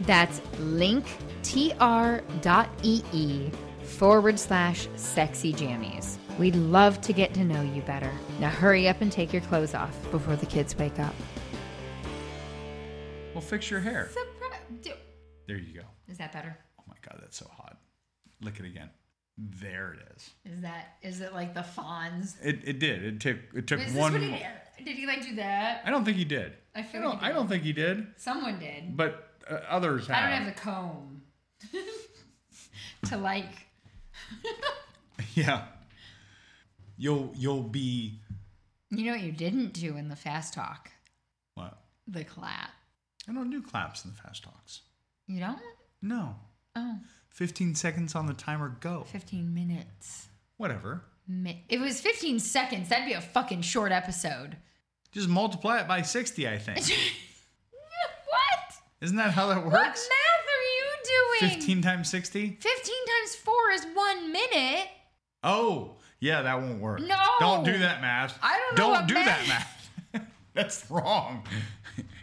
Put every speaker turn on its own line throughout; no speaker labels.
That's linktr.ee E forward slash sexy jammies. We'd love to get to know you better. Now hurry up and take your clothes off before the kids wake up.
Well, fix your hair. There you go.
Is that better?
Oh my God, that's so hot. Lick it again. There it is.
Is that is it like the Fonz?
It, it did. It took it took
Is this
one.
what he
mo-
did? Did he like do that?
I don't think he did.
I feel
I don't,
like he
I don't think he did.
Someone did.
But uh, others have.
I don't have the comb to like.
yeah. You'll you'll be
You know what you didn't do in the fast talk?
what?
The clap.
I don't do claps in the fast talks.
You don't?
No.
Oh,
Fifteen seconds on the timer. Go.
15 minutes.
Whatever.
Mi- If it was 15 seconds, that'd be a fucking short episode.
Just multiply it by sixty. I think.
what?
Isn't that how that
What
works?
math are you doing?
Fifteen times sixty.
15 times 4 is 1 minute.
Oh, yeah, that won't work.
No.
Don't do that math.
I don't know
Don't
what
do that
math-
math. That's wrong.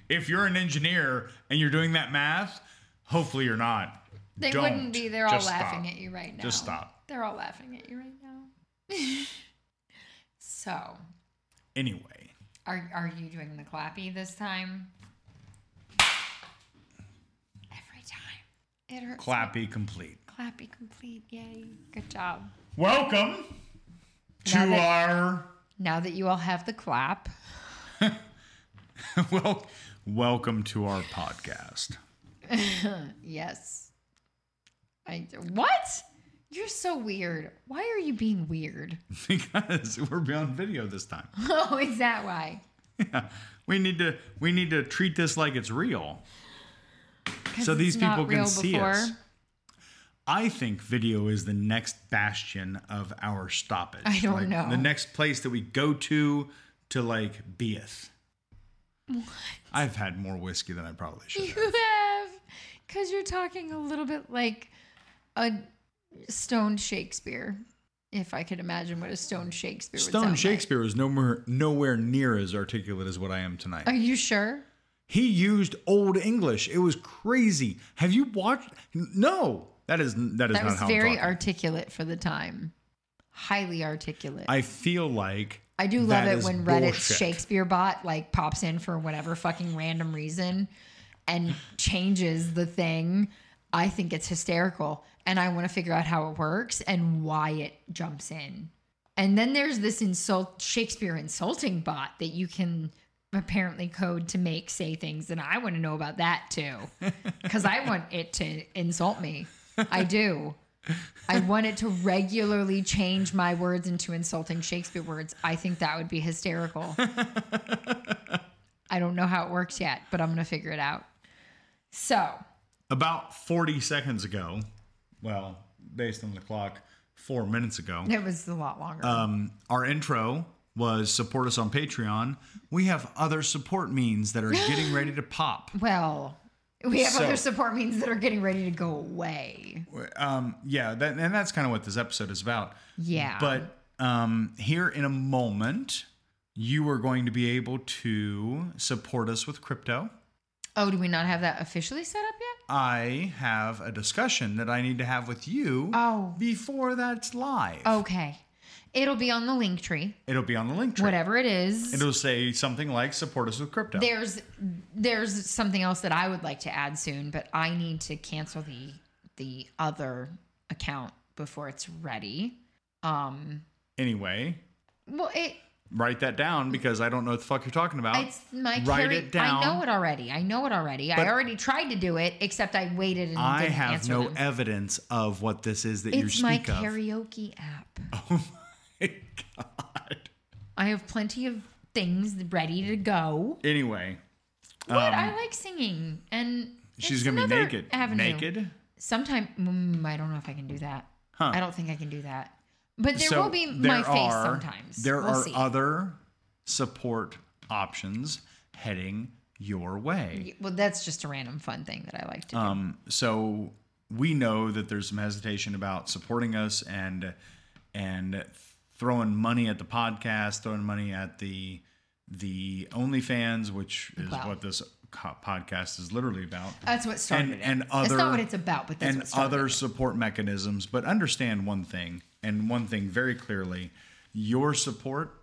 If you're an engineer and you're doing that math, hopefully you're not.
They
Don't.
wouldn't be. They're all
Just
laughing
stop.
at you right now.
Just stop.
They're all laughing at you right now. so,
Anyway.
are, are you doing the clappy this time? Every time. It hurts.
Clappy complete.
Clappy complete. Yay. Good job.
Welcome to
Now that-
our
Now that you all have the clap,
well, welcome to our podcast.
yes. I what? You're so weird. Why are you being weird?
Because we're on video this time.
Oh, is that why?
Yeah. We need to we need to treat this like it's real.
'Cause
So
it's
these
not
people can
real
see us. I think video is the next bastion of our stoppage.
I don't
Like,
know.
The next place that we go to to like beeth. I've had more whiskey than I probably should. have.
You have, because you're talking a little bit like a stoned Shakespeare. If I could imagine what a stoned Shakespeare would sound
Stone
like.
Shakespeare was nowhere nowhere near as articulate as what I am tonight.
Are you sure?
He used old English. It was crazy. Have you watched? No, that is that is
that
not
was
how I'm
very
talking.
articulate for the time. Highly articulate.
I feel like
I do love
that
it
is
when Reddit's
bullshit.
Shakespeare bot like pops in for whatever fucking random reason and changes the thing. I think it's hysterical and I want to figure out how it works and why it jumps in. And then there's this insult Shakespeare insulting bot that you can apparently code to make say things and I want to know about that too. Cuz I want it to insult me. I do. I want it to regularly change my words into insulting Shakespeare words. I think that would be hysterical. I don't know how it works yet, but I'm going to figure it out. So,
about 40 seconds ago. Well, based on the clock, four minutes ago.
it was a lot longer.
Um, our intro was support us on Patreon. We have other support means that are getting ready to pop.
well, we have
so-
other support means that are getting ready to go away.
Um, yeah, that, and that's kind of what this episode is about.
Yeah.
But um, here in a moment, you are going to be able to support us with crypto.
oh, do we not have that officially set up yet?
I have a discussion that I need to have with you
Oh.
before that's live.
Okay. It'll be on the link tree,
It'll be on the link tree.
whatever it is.
It'll say something like support us with crypto.
there's there's something else that I would like to add soon, but I need to cancel the the other account before it's ready. Um
Anyway,
well it
write that down because I don't know what the fuck you're talking about.
It's my
write
carry-
it down.
I know it already. I know it already. I
But-
already tried to do it, except I waited and
I
didn't
have
answer
no
them.
evidence of what this is that you
It's my
speak
karaoke app.
of. God.
I have plenty of things ready to go.
Anyway,
But I like singing, and
Um, she's
it's
gonna be
another
naked.
Avenue.
Naked.
Sometime mm, I don't know if I can do that.
Huh.
I don't think I can do that. But there
so
will be
there
my face
are-
sometimes.
There
We'll
are
see.
other support options heading your way.
Well, that's just a random fun thing that I like to do.
Um, so we know that there's some hesitation about supporting us and and throwing money at the podcast, throwing money at the the OnlyFans, which is
Wow. Oh,
what this co- podcast is literally about,
that's what started
and
it.
and
That's
other
not what it's about, but that's
and
what started
other
it.
support mechanisms. But understand one thing, and one thing very clearly: your support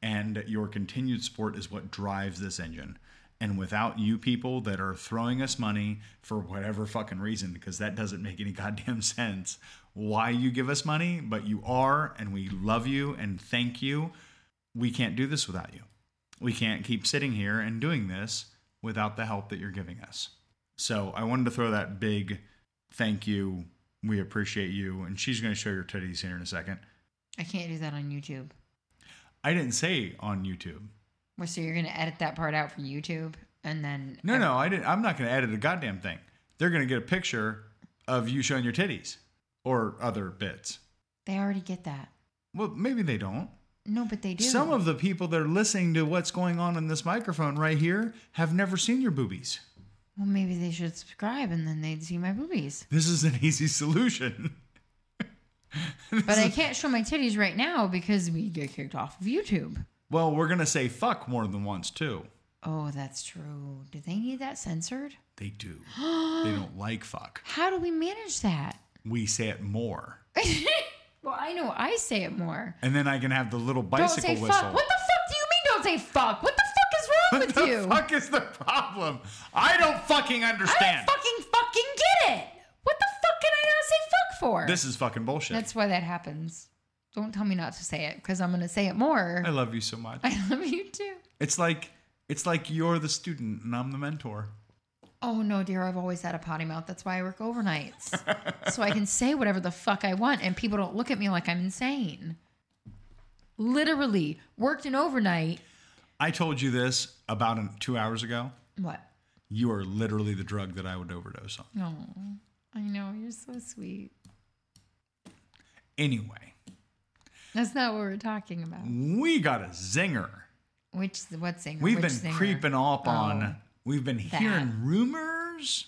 and your continued support is what drives this engine. And without you people that are throwing us money for whatever fucking reason, because that doesn't make any goddamn sense, why you give us money, but you are, and we love you and thank you. We can't do this without you. We can't keep sitting here and doing this without the help that you're giving us. So I wanted to throw that big thank you. We appreciate you. And she's going to show your titties here in a second.
I can't do that on YouTube.
I didn't say on YouTube.
Well, so you're gonna edit that part out for YouTube, and then
No, no, I didn't. I'm not going to edit a goddamn thing. They're going to get a picture of you showing your titties or other bits.
they already get that.
Well, maybe they don't.
No, but they do.
Some of the people that are listening to what's going on in this microphone right here have never seen your boobies.
well, maybe they should subscribe, and then they'd see my boobies.
This is an easy solution.
But I can't show my titties right now because we get kicked off of YouTube.
Well, we're going to say fuck more than once, too.
Oh, that's true. Do they need that censored?
They do. they don't like fuck.
How do we manage that?
We say it more.
Well, I know I say it more.
And then I can have the little
Don't
bicycle
say
whistle.
fuck. What the fuck do you mean? Don't say fuck. What the fuck is wrong
What
with
the
you?
fuck is the problem? I don't fucking
I don't
understand.
fucking fucking get it. What the fuck can I not say fuck for?
this is fucking bullshit.
That's why that happens. Don't tell me not to say it because I'm going to say it more.
I love you so much.
I love you too.
It's like it's like you're the student and I'm the mentor.
Oh no, dear, I've always had a potty mouth. That's why I work overnights. so I can say whatever the fuck I want and people don't look at me like I'm insane. Literally, worked an overnight.
I told you this about an, two hours ago.
What?
You are literally the drug that I would overdose on.
No. I know, you're so sweet.
Anyway,
That's not what we're talking about.
we got a zinger.
Which what singer?
We've
Which
been
singer?
creeping up
Oh.
on. We've been hearing rumors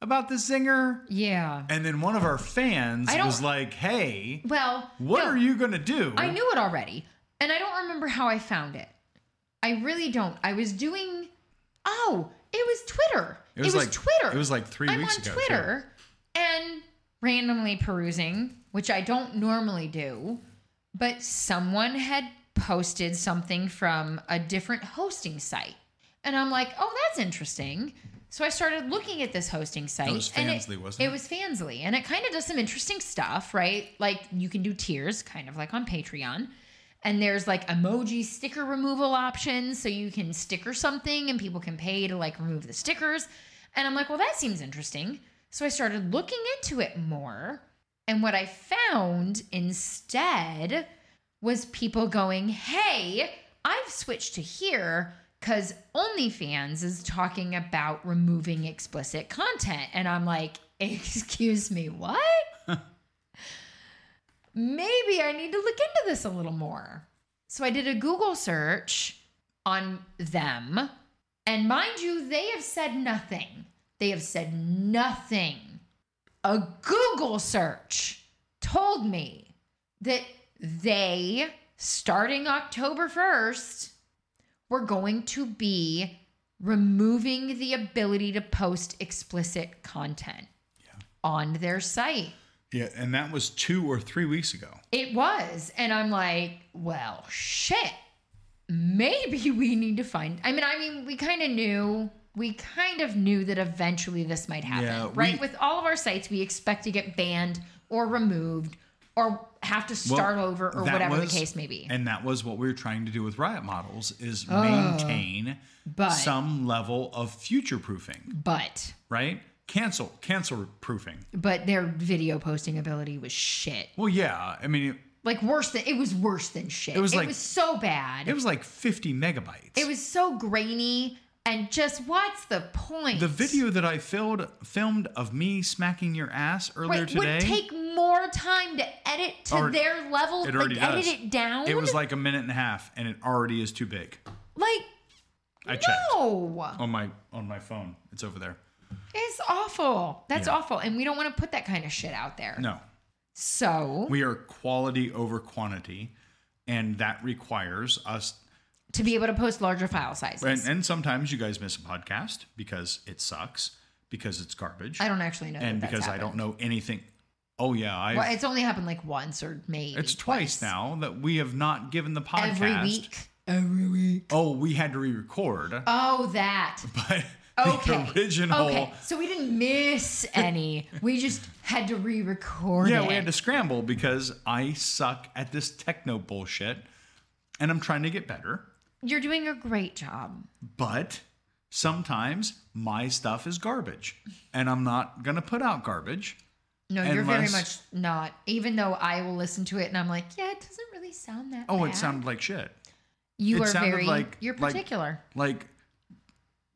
about the zinger.
Yeah.
And then one of our fans
I don't-
was like, "Hey,
Well,
what
no,
are you gonna do?"
I knew it already, and I don't remember how I found it. I really don't. I was doing. Oh, it was Twitter. It was,
like
Twitter.
It was like 3
I'm
weeks
on
ago. too.
Twitter and randomly perusing, which I don't normally do, but someone had posted something from a different hosting site. And I'm like, oh, that's interesting. So I started looking at this hosting site.
was
and
Fansly,
it,
wasn't it?
was Fansly. And it kind of does some interesting stuff, right? Like you can do tiers, kind of like on Patreon. And there's like emoji sticker removal options. So you can sticker something and people can pay to like remove the stickers. And I'm like, well, that seems interesting. So I started looking into it more. And what I found instead was people going, hey, I've switched to here because OnlyFans is talking about removing explicit content. And I'm like, excuse me, what? Maybe I need to look into this a little more. So I did a Google search on them. And mind you, they have said nothing. They have said nothing. A Google search told me that they, starting October 1st, were going to be removing the ability to post explicit content on their site.
Yeah, and that was two or three weeks ago.
It was. And I'm like, well, shit. Maybe we need to find. I mean, I mean, we kind of knew. We kind of knew that eventually this might happen,
Yeah,
right?
we-
With all of our sites, we expect to get banned or removed or have to
Well,
start over or
that
whatever
was-
the case may be.
And that was what we were trying to do with Riot Models is maintain
but-
some level of future proofing,
but
right? Cancel, cancel proofing.
but their video posting ability was shit.
Well, yeah. I mean, it,
Like worse than it was worse than shit. It
was like-
so bad.
it was like 50 megabytes.
It was so grainy and just what's the point?
the video that I filled, filmed of me smacking your ass earlier
Wait,
today.
would take more time to edit to
Or-
their level.
it already
like, edit
does.
it down.
it was like a minute and a half, and it already is too big.
like
I checked
no,
on my on my phone. It's over there.
it's awful. That's
Yeah.
awful, and we don't want to put that kind of shit out there.
No,
So
we are quality over quantity, and that requires us
to be able to post larger file sizes,
And, and sometimes you guys miss a podcast because it sucks, because it's garbage,
I don't actually know.
and
that that's
because I
happened.
don't know anything. Oh yeah, I.
Well, it's only happened like once or maybe
it's twice now that we have not given the podcast.
every week. Every week.
Oh, we had to re-record,
Oh, that.
but
Okay.
the original.
Okay. So we didn't miss any. we just had to re-record.
Yeah,
it.
we had to scramble because I suck at this techno bullshit, and I'm trying to get better.
You're doing a great job.
But sometimes my stuff is garbage, and I'm not gonna put out garbage.
No, you're very much
Unless-
not. Even though I will listen to it and I'm like, yeah, it doesn't really sound that.
Oh,
bad.
it sounded like shit.
You
it
are
sounded
very.
like-
you're
like-
particular.
like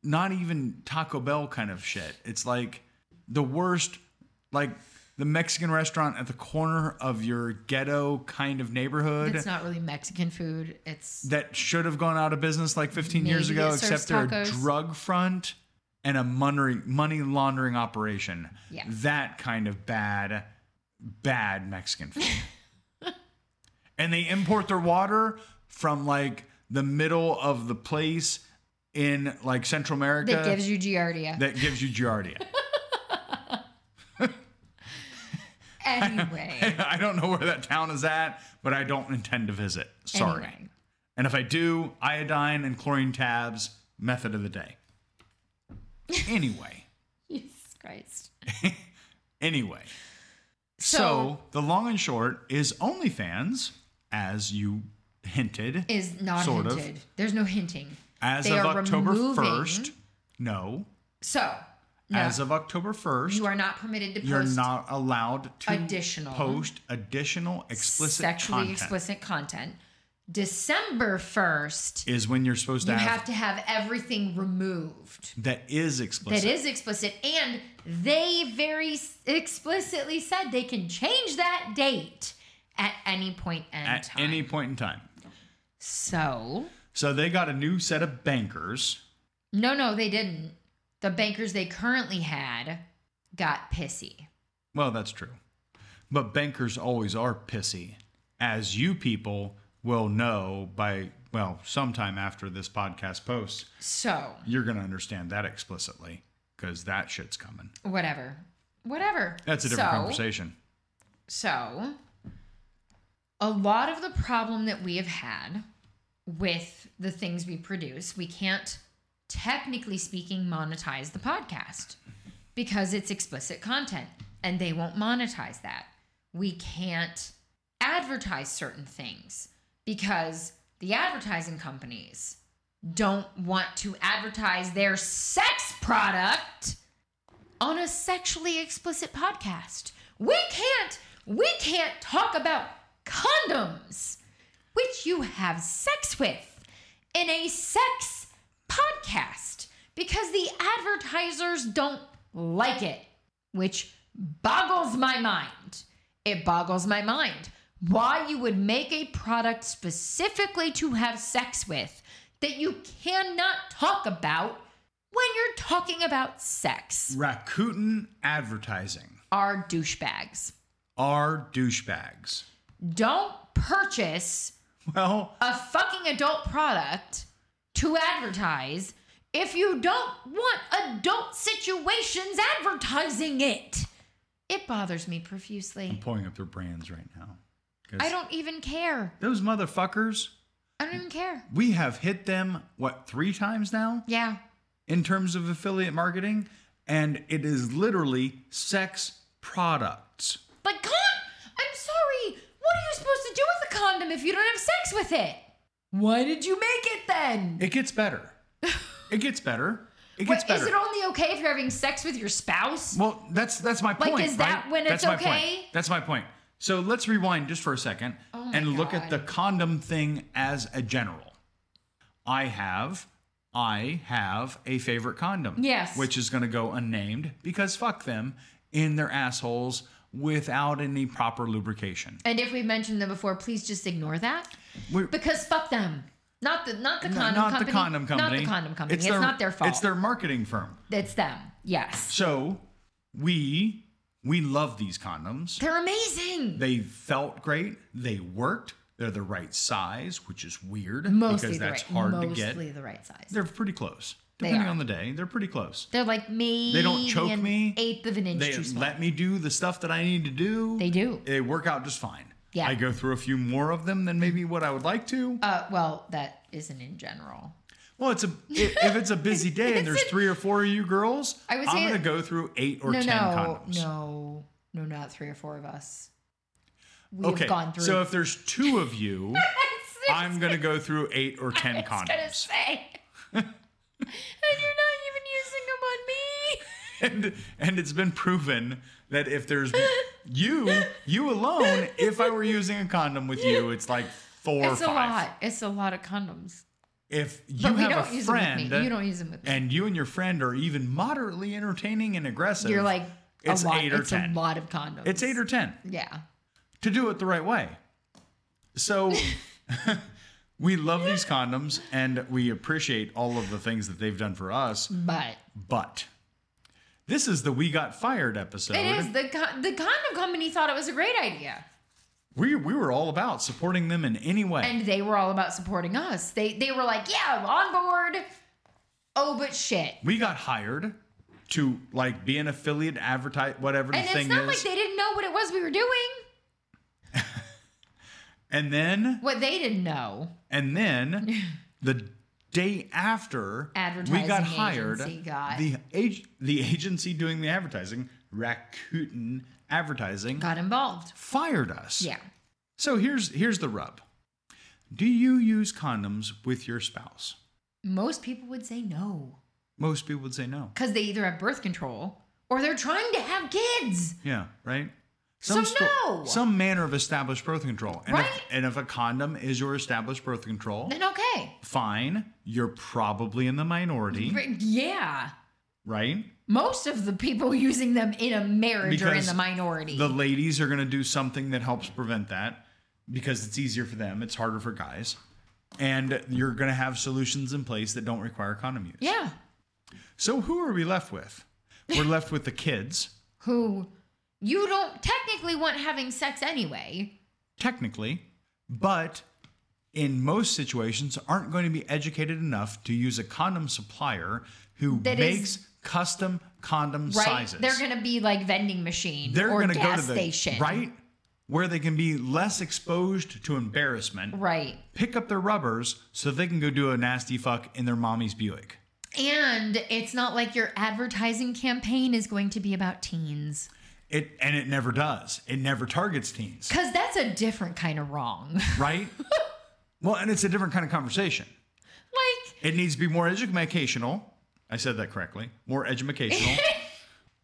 not even Taco Bell kind of shit. It's like the worst, like the Mexican restaurant at the corner of your ghetto kind of neighborhood
it's not really Mexican food. It's
that should have gone out of business like 15 years
Maybe
ago,
it serves
except they're a
tacos.
drug front and a money money laundering operation.
Yeah.
That kind of bad, bad Mexican food. and they import their water from like the middle of the place in like Central America
that gives you giardia.
that gives you giardia.
anyway.
I don't know where that town is at, but I don't intend to visit. Sorry.
Anyway.
And if I do, iodine and chlorine tabs, method of the day. Anyway,
Jesus Christ.
anyway. So,
So-
the long and short is OnlyFans, as you hinted,
Is not
Sort of.
hinted. There's no hinting.
as
they
of
are
October
removing-
1st. No,
So no,
as of October 1st,
you are not permitted to post
you're not allowed to
additional-
post additional explicit
sexually
content.
explicit content. December first,
is when you're supposed to
you
have,
have to have everything removed.
that is
that
explicit.
is explicit and they very s- explicitly said they can change that date at any point in
at
time
any point in time.
so
So they got a new set of bankers.
no no they didn't the bankers they currently had got pissy
Well, that's true. But bankers always are pissy, as you people will know by, well, sometime after this podcast posts.
so
You're going to understand that explicitly because that shit's coming.
whatever whatever
That's a different
So-
conversation.
so a lot of the problem that we have had with the things we produce we can't technically speaking monetize the podcast because it's explicit content and they won't monetize that. We can't advertise certain things because the advertising companies don't want to advertise their sex product on a sexually explicit podcast. We can't we can't talk about condoms which you have sex with in a sex podcast because the advertisers don't like it, which boggles my mind. It boggles my mind why you would make a product specifically to have sex with that you cannot talk about when you're talking about sex
Rakuten advertising
are douchebags.
are douchebags.
Don't purchase
Well,
a fucking adult product to advertise if you don't want adult situations advertising it. It bothers me
I'm
profusely.
pulling up their brands right now. 'Cause
I don't even care.
Those motherfuckers,
I don't even care.
we have hit them, what, three times now?
Yeah.
in terms of affiliate marketing, and it is literally sex products.
But con I'm sorry. condom if you don't have sex with it? Why did you make it then?
It gets better. it gets better. It
What,
gets
is
better.
it only okay if you're having sex with your spouse?
Well, that's that's my point.
is that
right?
when it's
that's my
okay?
Point. That's my point. So let's rewind just for a second
Oh
and look at the condom thing as a general. I have I have a favorite condom.
Yes.
Which is gonna go unnamed because fuck them in their assholes without any proper lubrication.
And if we've mentioned them before, please just ignore that
We-
because fuck them. Not the not the condom
not
company.
the condom company.
Not the condom company. It's, not their fault.
It's their marketing firm.
It's them. Yes.
So we we love these condoms.
They're amazing.
They felt great. They worked. They're the right size, which is weird
Mostly
because
the
that's
right,
hard
mostly
to get.
the right size. They're,
They're pretty close. Depending
are.
on the day, they're pretty close.
like me.
don't choke me.
Eighth of an inch
They
too small.
let me do the stuff that I need to do.
They do.
They work out just fine.
Yeah.
I go through a few more of them than maybe what I would like to.
Uh, well, that isn't in general.
Well, it's a i- if it's a busy day and there's
It's a-
three or four of you girls,
I would
I'm
say-
gonna go through eight or
No,
ten
no,
condoms.
no, no, not three or four of us. We've
okay.
gone through.
So if there's two of you, I'm gonna go through eight or ten
I was gonna
condoms.
say. and you're not even using them on me.
and and it's been proven that if there's you you alone if i were using a condom with you it's like four or
it's
five
a lot. It's a lot of condoms.
if you
But we
have
don't
a
use
friend
them with me. You don't use them with me.
and you and your friend are even moderately entertaining and aggressive
You're like a
it's
lot.
eight or
it's
ten
a lot of condoms.
it's eight or ten
yeah.
to do it the right way so we love these condoms and we appreciate all of the things that they've done for us
But
but this is the we got fired episode
it is the con- the condom company thought it was a great idea,
We we were all about supporting them in any way.
and they were all about supporting us. They they were like, yeah, I'm on board. Oh, but shit.
we got hired to like be an affiliate advertise whatever the
And it's
thing
not
is.
like they didn't know what it was we were doing.
and then
What they didn't know.
and then the day after we
Advertising
got hired
agency got-
the ag- the agency doing the advertising Rakuten advertising
Got involved.
fired us.
Yeah.
So here's here's the rub. Do you use condoms with your spouse?
Most people would say no
Most people would say no.
because they either have birth control or they're trying to have kids.
Yeah, right?
So no!
Some manner of established birth control. And, if,
Right?
and if a condom is your established birth control,
Then okay.
fine. You're probably in the minority,
But yeah.
right?
Most of the people using them in a marriage are in
Because
the minority.
The ladies are going to do something that helps prevent that because it's easier for them, it's harder for guys. And you're going to have solutions in place that don't require condom use.
yeah.
So who are we left with? We're left with the kids,
Who you don't technically want having sex anyway.
technically, but in most situations aren't going to be educated enough to use a condom supplier who
That is-
makes custom condom
Right?
sizes.
They're going to be like vending machine
They're
or
gonna
gas station.
right where they can be less exposed to embarrassment.
Right.
Pick up their rubbers so they can go do a nasty fuck in their mommy's Buick.
And it's not like your advertising campaign is going to be about teens.
It and it never does. It never targets teens,
Because that's a different kind of wrong.
right? well, and it's a different kind of conversation.
like,
It needs to be more educational. I said that correctly. More educational.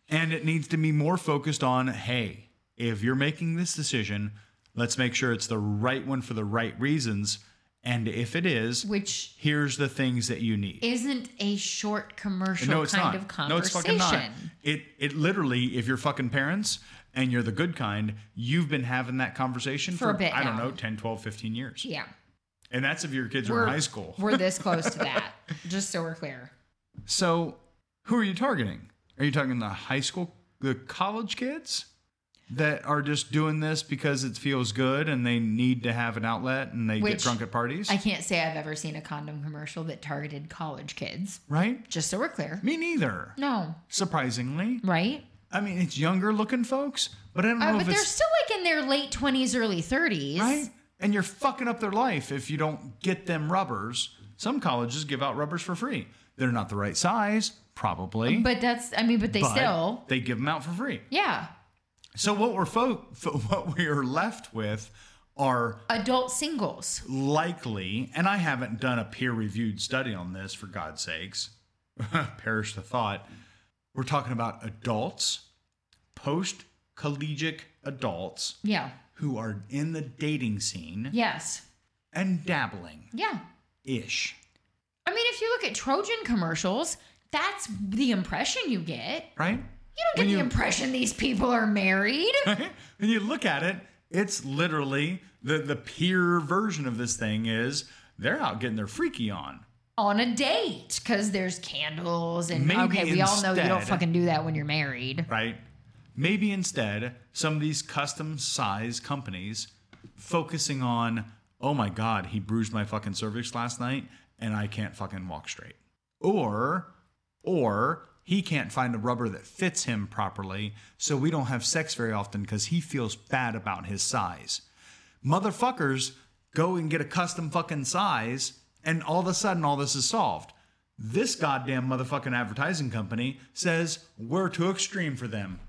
and it needs to be more focused on hey, if you're making this decision, let's make sure it's the right one for the right reasons. And if it is,
which
here's the things that you need.
isn't a short commercial
no, it's
kind
not.
of conversation.
no, it's fucking not. It it literally, if you're fucking parents and you're the good kind, you've been having that conversation
For a bit
I don't
now.
know, 10, 12, 15 years.
Yeah.
And that's if your kids are in high school.
We're this close to that, just so we're clear.
So, who are you targeting? Are you talking the high school, the college kids that are just doing this because it feels good and they need to have an outlet and they get
Which
drunk at parties?
I can't say I've ever seen a condom commercial that targeted college kids,
right?
just so we're clear.
Me neither.
No,
Surprisingly,
right?
I mean, it's younger looking folks, but I don't know
Uh,
if
but they're
it's
still like in their late 20s, early 30s.
right. And you're fucking up their life if you don't get them rubbers. Some colleges give out rubbers for free. They're not the right size, probably.
But that's, I mean, but they
but
still,
they give them out for free.
yeah.
So what we're fo- fo- what we are left with are
Adult singles.
likely, and I haven't done a peer reviewed study on this for God's sakes, perish the thought. We're talking about adults, post collegiate adults
Yeah.
who are in the dating scene
Yes.
and dabbling
Yeah.
ish,
I mean, if you look at Trojan commercials, that's the impression you get.
right?
You don't get
When
the
you-
impression these people are married.
when you look at it, it's literally the, the peer version of this thing is they're out getting their freaky on.
on a date because there's candles and
Maybe
okay, we all know you don't
instead-
fucking do that when you're married.
right? Maybe instead, some of these custom size companies focusing on, oh my God, he bruised my fucking cervix last night and I can't fucking walk straight. Or, or he can't find a rubber that fits him properly, so we don't have sex very often because he feels bad about his size. Motherfuckers go and get a custom fucking size and all of a sudden all this is solved this goddamn motherfucking advertising company says we're too extreme for them.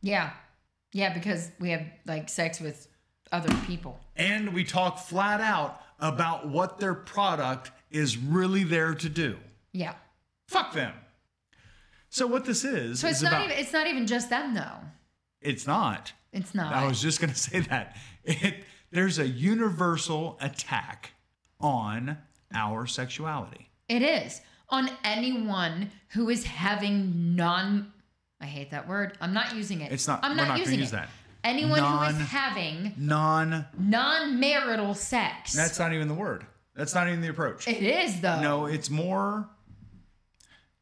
Yeah. Yeah, because we have like sex with other people.
And we talk flat out about what their product is really there to do.
Yeah.
Fuck them. So what this is
So it's
is
not
about
even it's not even just them though.
it's not.
It's not.
I was just going to say that. It, there's a universal attack on our sexuality.
It is on anyone who is having non. I hate that word. I'm not using it.
It's not-
I'm
we're
not
not gonna
using
use
it.
that.
Anyone who
Non-
is having
Non
non-marital sex.
that's not even the word. That's not even the approach.
it is though.
No, it's more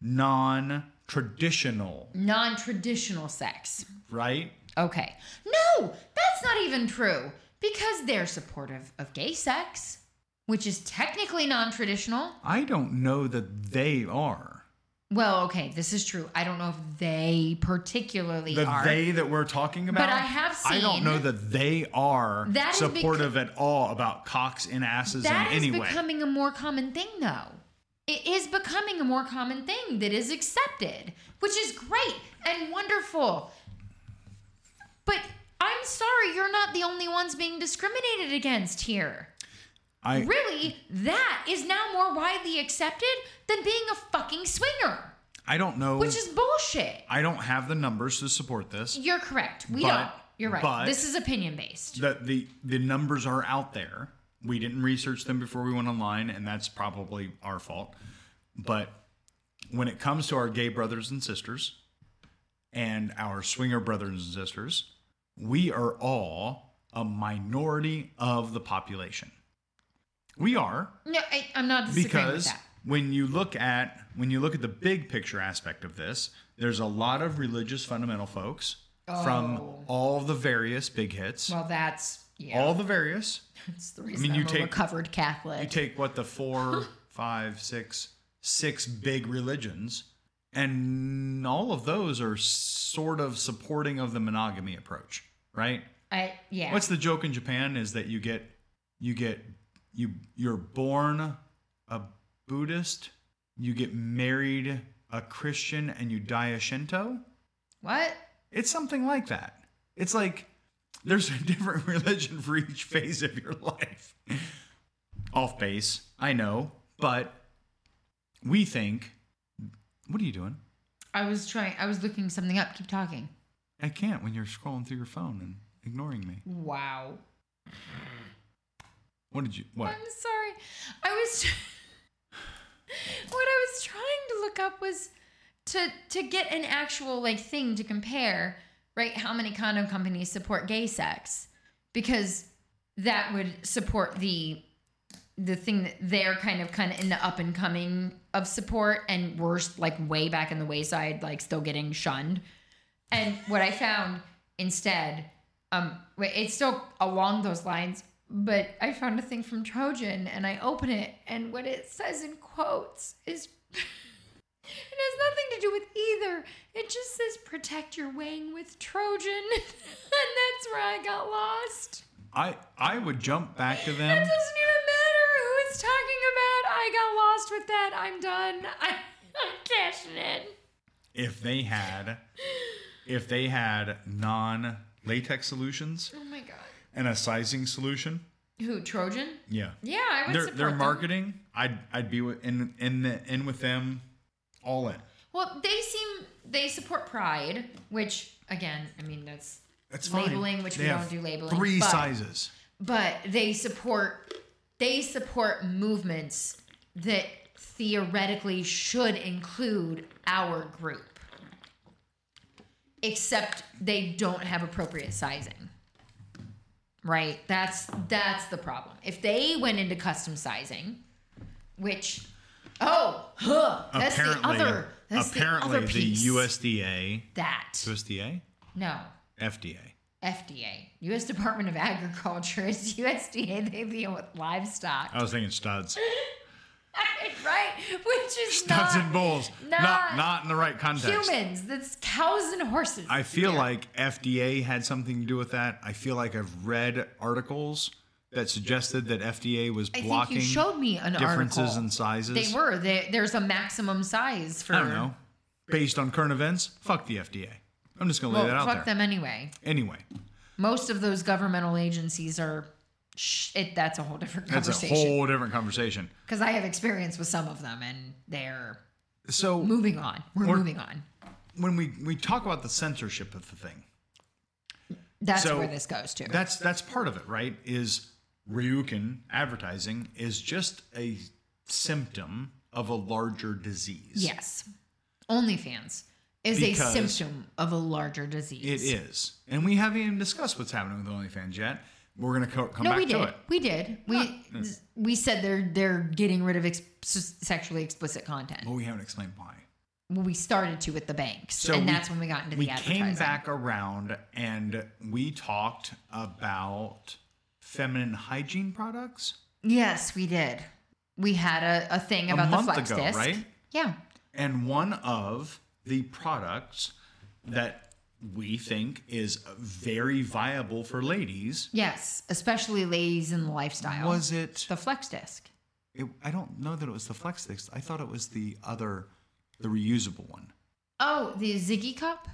non-traditional,
Non-traditional sex.
right?
Okay. No, that's not even true because they're supportive of gay sex, which is technically non traditional.
I don't know that they are.
Well, okay, this is true. I don't know if they particularly
The
are.
they that we're talking about.
I have
I don't
seen-
know that they are
That is
supportive at all about cocks and asses
That
in
is
any way.
becoming a more common thing, though. It is becoming a more common thing that is accepted, which is great and wonderful. But I'm sorry, you're not the only ones being discriminated against here.
I
Really, that is now more widely accepted than being a fucking swinger,
I don't know.
which is bullshit.
I don't have the numbers to support this.
You're correct. We
But-
don't. You're right.
but-
this is opinion based.
That the the numbers are out there. We didn't research them before we went online, and that's probably our fault. But when it comes to our gay brothers and sisters and our swinger brothers and sisters, we are all a minority of the population. We are
No, I, I'm not disagreeing with
because
that.
when you look at when you look at the big picture aspect of this, there's a lot of religious fundamental folks from
Oh.
all the various big hits,
Well, that's yeah.
all the various.
that's the reason I
mean, you
am
take-
a recovered Catholic.
You take what the four, five, six, six big religions, and all of those are sort of supporting of the monogamy approach, right?
I yeah.
What's the joke in Japan is that you get you get you you're born a Buddhist, you get married a Christian and you die a Shinto?
what?
It's something like that. It's like there's a different religion for each phase of your life. Off base, I know, but we think what are you doing?
I was trying. I was looking something up. Keep talking.
I can't when you're scrolling through your phone and ignoring me.
Wow.
What did you what?
I'm sorry. I was what I was trying to look up was to to get an actual like thing to compare, right? How many condom companies support gay sex? Because that would support the the thing that they're kind of kind of in the up and coming of support and we're like way back in the wayside like still getting shunned and what I found instead, um, wait, it's still along those lines, but I found a thing from Trojan and I open it, and what it says in quotes is it has nothing to do with either. It just says protect your wang with Trojan, and that's where I got lost.
I I would jump back to
It doesn't even
them.
matter who it's talking about. I got lost with that. I'm done. I, I'm cashing in.
if they had if they had non latex solutions
Oh my god.
and a sizing solution,
Who Trojan?
yeah,
Yeah, I would
their
support
their
them.
marketing, I'd I'd be with, in in the, in with them, all in.
Well, they seem they support Pride, which again, I mean that's
That's fine.
labeling, which
They
we don't
have
do labeling.
Three
but-
sizes.
but they support they support movements that theoretically should include our group except they don't have appropriate sizing right that's that's the problem if they went into custom sizing which oh huh, that's
apparently,
the other that's
apparently
the,
the,
other piece.
USDA,
that
USDA,
no
FDA.
FDA, U.S. Department of Agriculture, is USDA. They deal with livestock.
I was thinking studs,
right? Which is not
studs and bulls,
not
not not in the right context.
humans. That's cows and horses.
I feel like FDA had something to do with that. I feel like I've read articles that suggested that FDA was
I think
blocking
you showed me an
differences
article.
in
They
sizes.
were. They, there's a maximum size for.
I don't know. Based on current events, fuck the FDA. I'm just gonna lay
Well,
that out
fuck
there.
them anyway.
Anyway,
Most of those governmental agencies are. Sh- it, that's a whole different
that's a
conversation
whole different conversation.
because I have experience with some of them, and they're
So
moving on. We're,
We're-
moving on.
when we we talk about the censorship of the thing,
That's
so
where this goes to.
that's that's part of it, right? Is Ryukin advertising is just a symptom of a larger disease.
Yes. OnlyFans is
Because-
a symptom of a larger
It
disease.
is. And we haven't even discussed what's happening with OnlyFans yet. We're going to co- come
No,
back
we
to
did.
it.
We did. We we said they're they're getting rid of ex- s- sexually explicit content.
But we haven't explained why.
Well, we started to with the banks,
So
and
we-
that's when we got into
we
the advertising.
came back around and we talked about feminine hygiene products.
Yes, we did. We had a, a thing about
month
the flex
ago,
disc.
right?
Yeah.
And one of the products that we think is very viable for ladies
Yes, especially ladies in the lifestyle.
was it,
the flex disc?
it I don't know that it was the Flex Sticks. I thought it was the other the reusable one.
Oh, the Ziggy cup.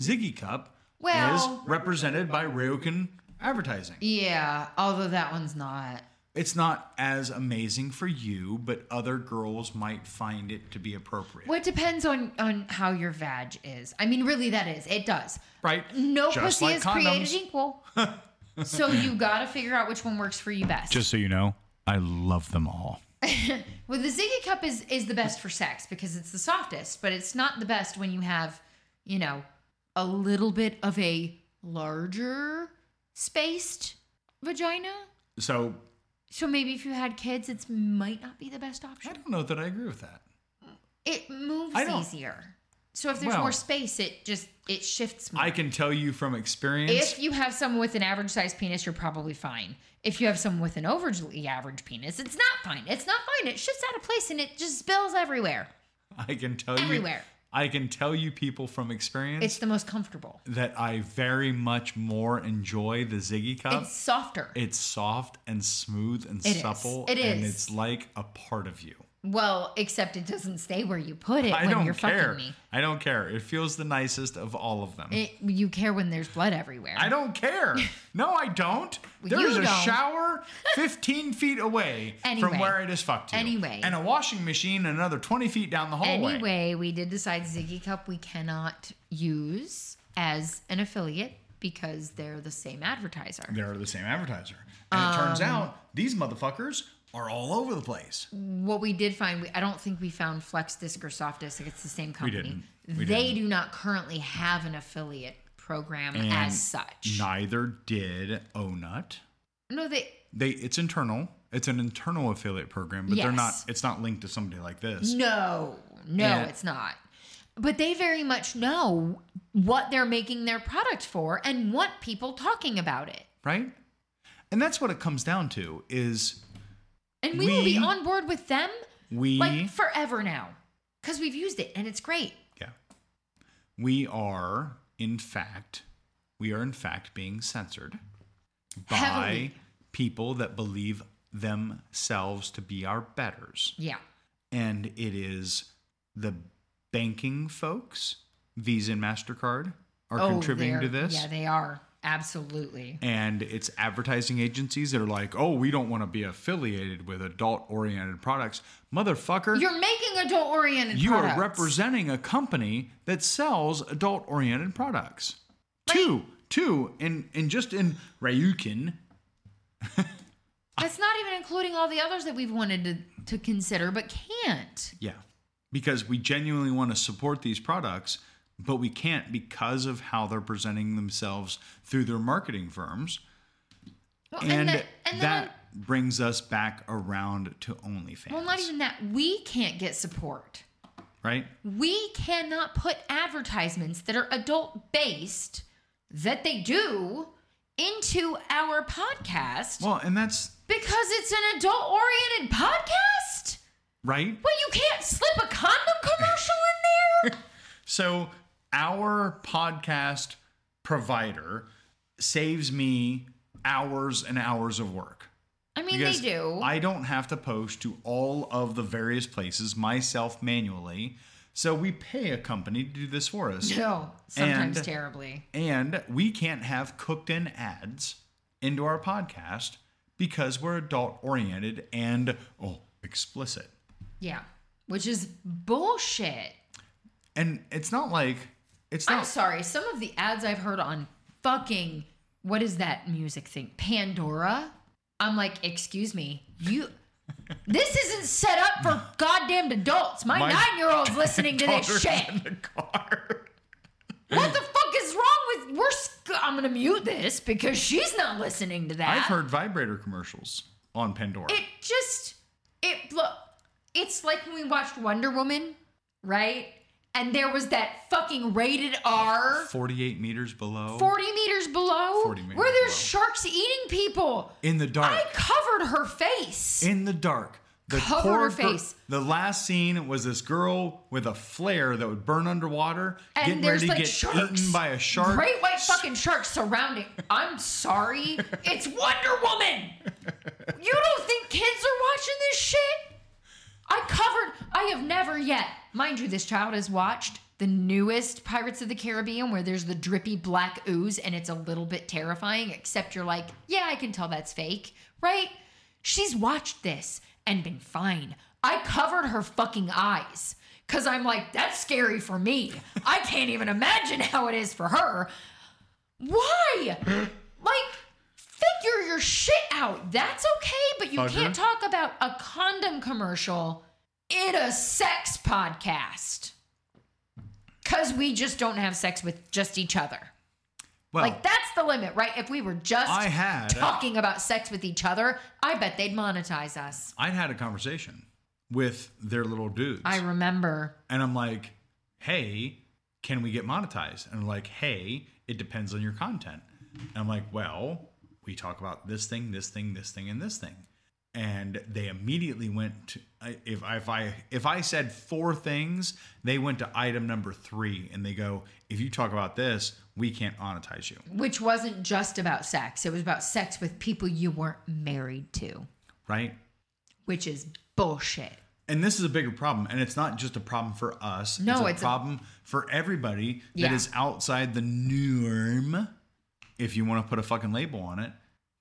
Ziggy Cup
Well-
is represented by Ryokan Advertising.
Yeah, although that one's not.
It's not as amazing for you, but other girls might find it to be appropriate.
Well, it depends on on how your vag is. I mean, really, that is. It does.
Right?
No
Just
pussy
like
is created
condoms.
equal. so you gotta figure out which one works for you best.
Just so you know, I love them all.
well, the Ziggy cup is is the best for sex because it's the softest, but it's not the best when you have, you know, a little bit of a larger spaced vagina.
So
So maybe if you had kids, it might not be the best
I
option.
don't know that I agree with that.
It moves
I don't-
easier. So if there's
Well-
more space, it just it shifts more.
I can tell you from experience.
If you have someone with an average sized penis, you're probably fine. If you have someone with an overly average penis, it's not fine. It's not fine. It shifts out of place and it just spills everywhere.
I can tell
Everywhere.
you. I can tell you people from experience
It's the most comfortable.
that I very much more enjoy the Ziggy Cup.
It's softer.
It's soft and smooth and
It is.
supple.
It
And
is.
it's like a part of you.
well, except it doesn't stay where you put it
I
when
don't
you're
care.
fucking me.
I don't care. It feels the nicest of all of them.
It, you care when there's blood everywhere.
I don't care. No, I don't.
Well,
There's
you
a
don't.
shower 15 feet away
Anyway.
from where I just fucked you.
Anyway.
And a washing machine another 20 feet down the hallway.
Anyway, we did decide Ziggy Cup we cannot use as an affiliate because they're the same advertiser.
They're the same advertiser. And it turns
Um.
out these motherfuckers are all over the place.
what we did find, we, I don't think we found Flex Disc or Soft Disc. It's the same company.
didn't. We
they
didn't.
do not currently have an affiliate program
And
as such.
Neither did Onut.
no, they.
They it's internal. It's an internal affiliate program, but they're not
Yes.
it's not linked to somebody like this.
No, no,
And-
it's not. But they very much know what they're making their product for and want people talking about it.
Right? And that's what it comes down to is
And we, will be
We-
on board with them
we
like forever now because we've used it and it's great.
Yeah. We are, in fact, we are in fact being censored by
Heavily.
people that believe themselves to be our betters.
Yeah.
And it is the banking folks, Visa and MasterCard, are
Oh,
contributing to
they're-
this.
Yeah, they are. Absolutely.
and it's advertising agencies that are like, oh, we don't want to be affiliated with adult oriented products. Motherfucker,
You're making adult oriented
you are representing a company that sells adult oriented products. Two, two, in, in just in Ryukin,
That's not even including all the others that we've wanted to, to consider but can't.
yeah, because we genuinely want to support these products, but we can't because of how they're presenting themselves through their marketing firms.
Well,
And,
the- and
that
then,
brings us back around to OnlyFans,
well, not even that. We can't get support.
right?
We cannot put advertisements that are adult based that they do into our podcast
Well, and that's
because it's an adult oriented podcast.
right.
But you can't slip a condom commercial in there.
So our podcast provider saves me hours and hours of work.
I mean,
because
they do.
I don't have to post to all of the various places myself manually. So we pay a company to do this for us.
no, sometimes
And-
terribly.
And we can't have cooked in ads into our podcast because we're adult oriented and oh, explicit.
Yeah, which is bullshit.
And it's not like it's
I'm
not
sorry. Some of the ads I've heard on fucking what is that music thing? Pandora. I'm like, excuse me, you. This isn't set up for goddamn adults. My,
My
nine-year-old's listening to this shit.
in the car.
What the fuck is wrong with? We're. Sc- I'm gonna mute this because she's not listening to that.
I've heard vibrator commercials on Pandora.
It just it look. It's like when we watched Wonder Woman, right? And there was that fucking rated R.
48 meters below
40 meters below
40 meters
where there's
below.
sharks eating people.
in the dark.
I covered her face.
in the dark. The
Cover
poor
her
gir-
face.
the last scene was this girl with a flare that would burn underwater,
And
getting
there's,
ready to
like,
get
sharks.
eaten by a shark.
Great white fucking sharks surrounding. I'm sorry. It's Wonder Woman. You don't think kids are watching this shit? I covered, I have never yet, mind you, this child has watched the newest Pirates of the Caribbean where there's the drippy black ooze and it's a little bit terrifying, except you're like, yeah, I can tell that's fake, right? She's watched this and been fine. I covered her fucking eyes because I'm like, that's scary for me. I can't even imagine how it is for her. Why? Like, figure your shit out. That's okay, but you
Audrey?
can't talk about a condom commercial in a sex podcast. Because we just don't have sex with just each other.
well,
Like, that's the limit, right? If we were just
Oh. I had
talking about sex with each other, I bet they'd monetize us.
I had a conversation with their little dudes,
I remember.
and I'm like, "Hey, can we get monetized?" And they're like, "Hey, it depends on your content." And I'm like, "Well, we talk about this thing, this thing, this thing, and this thing." and they immediately went to I- if I, if I if I said four things, they went to item number three, and they go, "If you talk about this, we can't monetize you."
which wasn't just about sex. It was about sex with people you weren't married to,
Right?
which is bullshit.
And this is a bigger problem, and it's not just a problem for us.
No,
it's a
it's a-
problem for everybody
Yeah.
that is outside the norm. If you want to put a fucking label on it,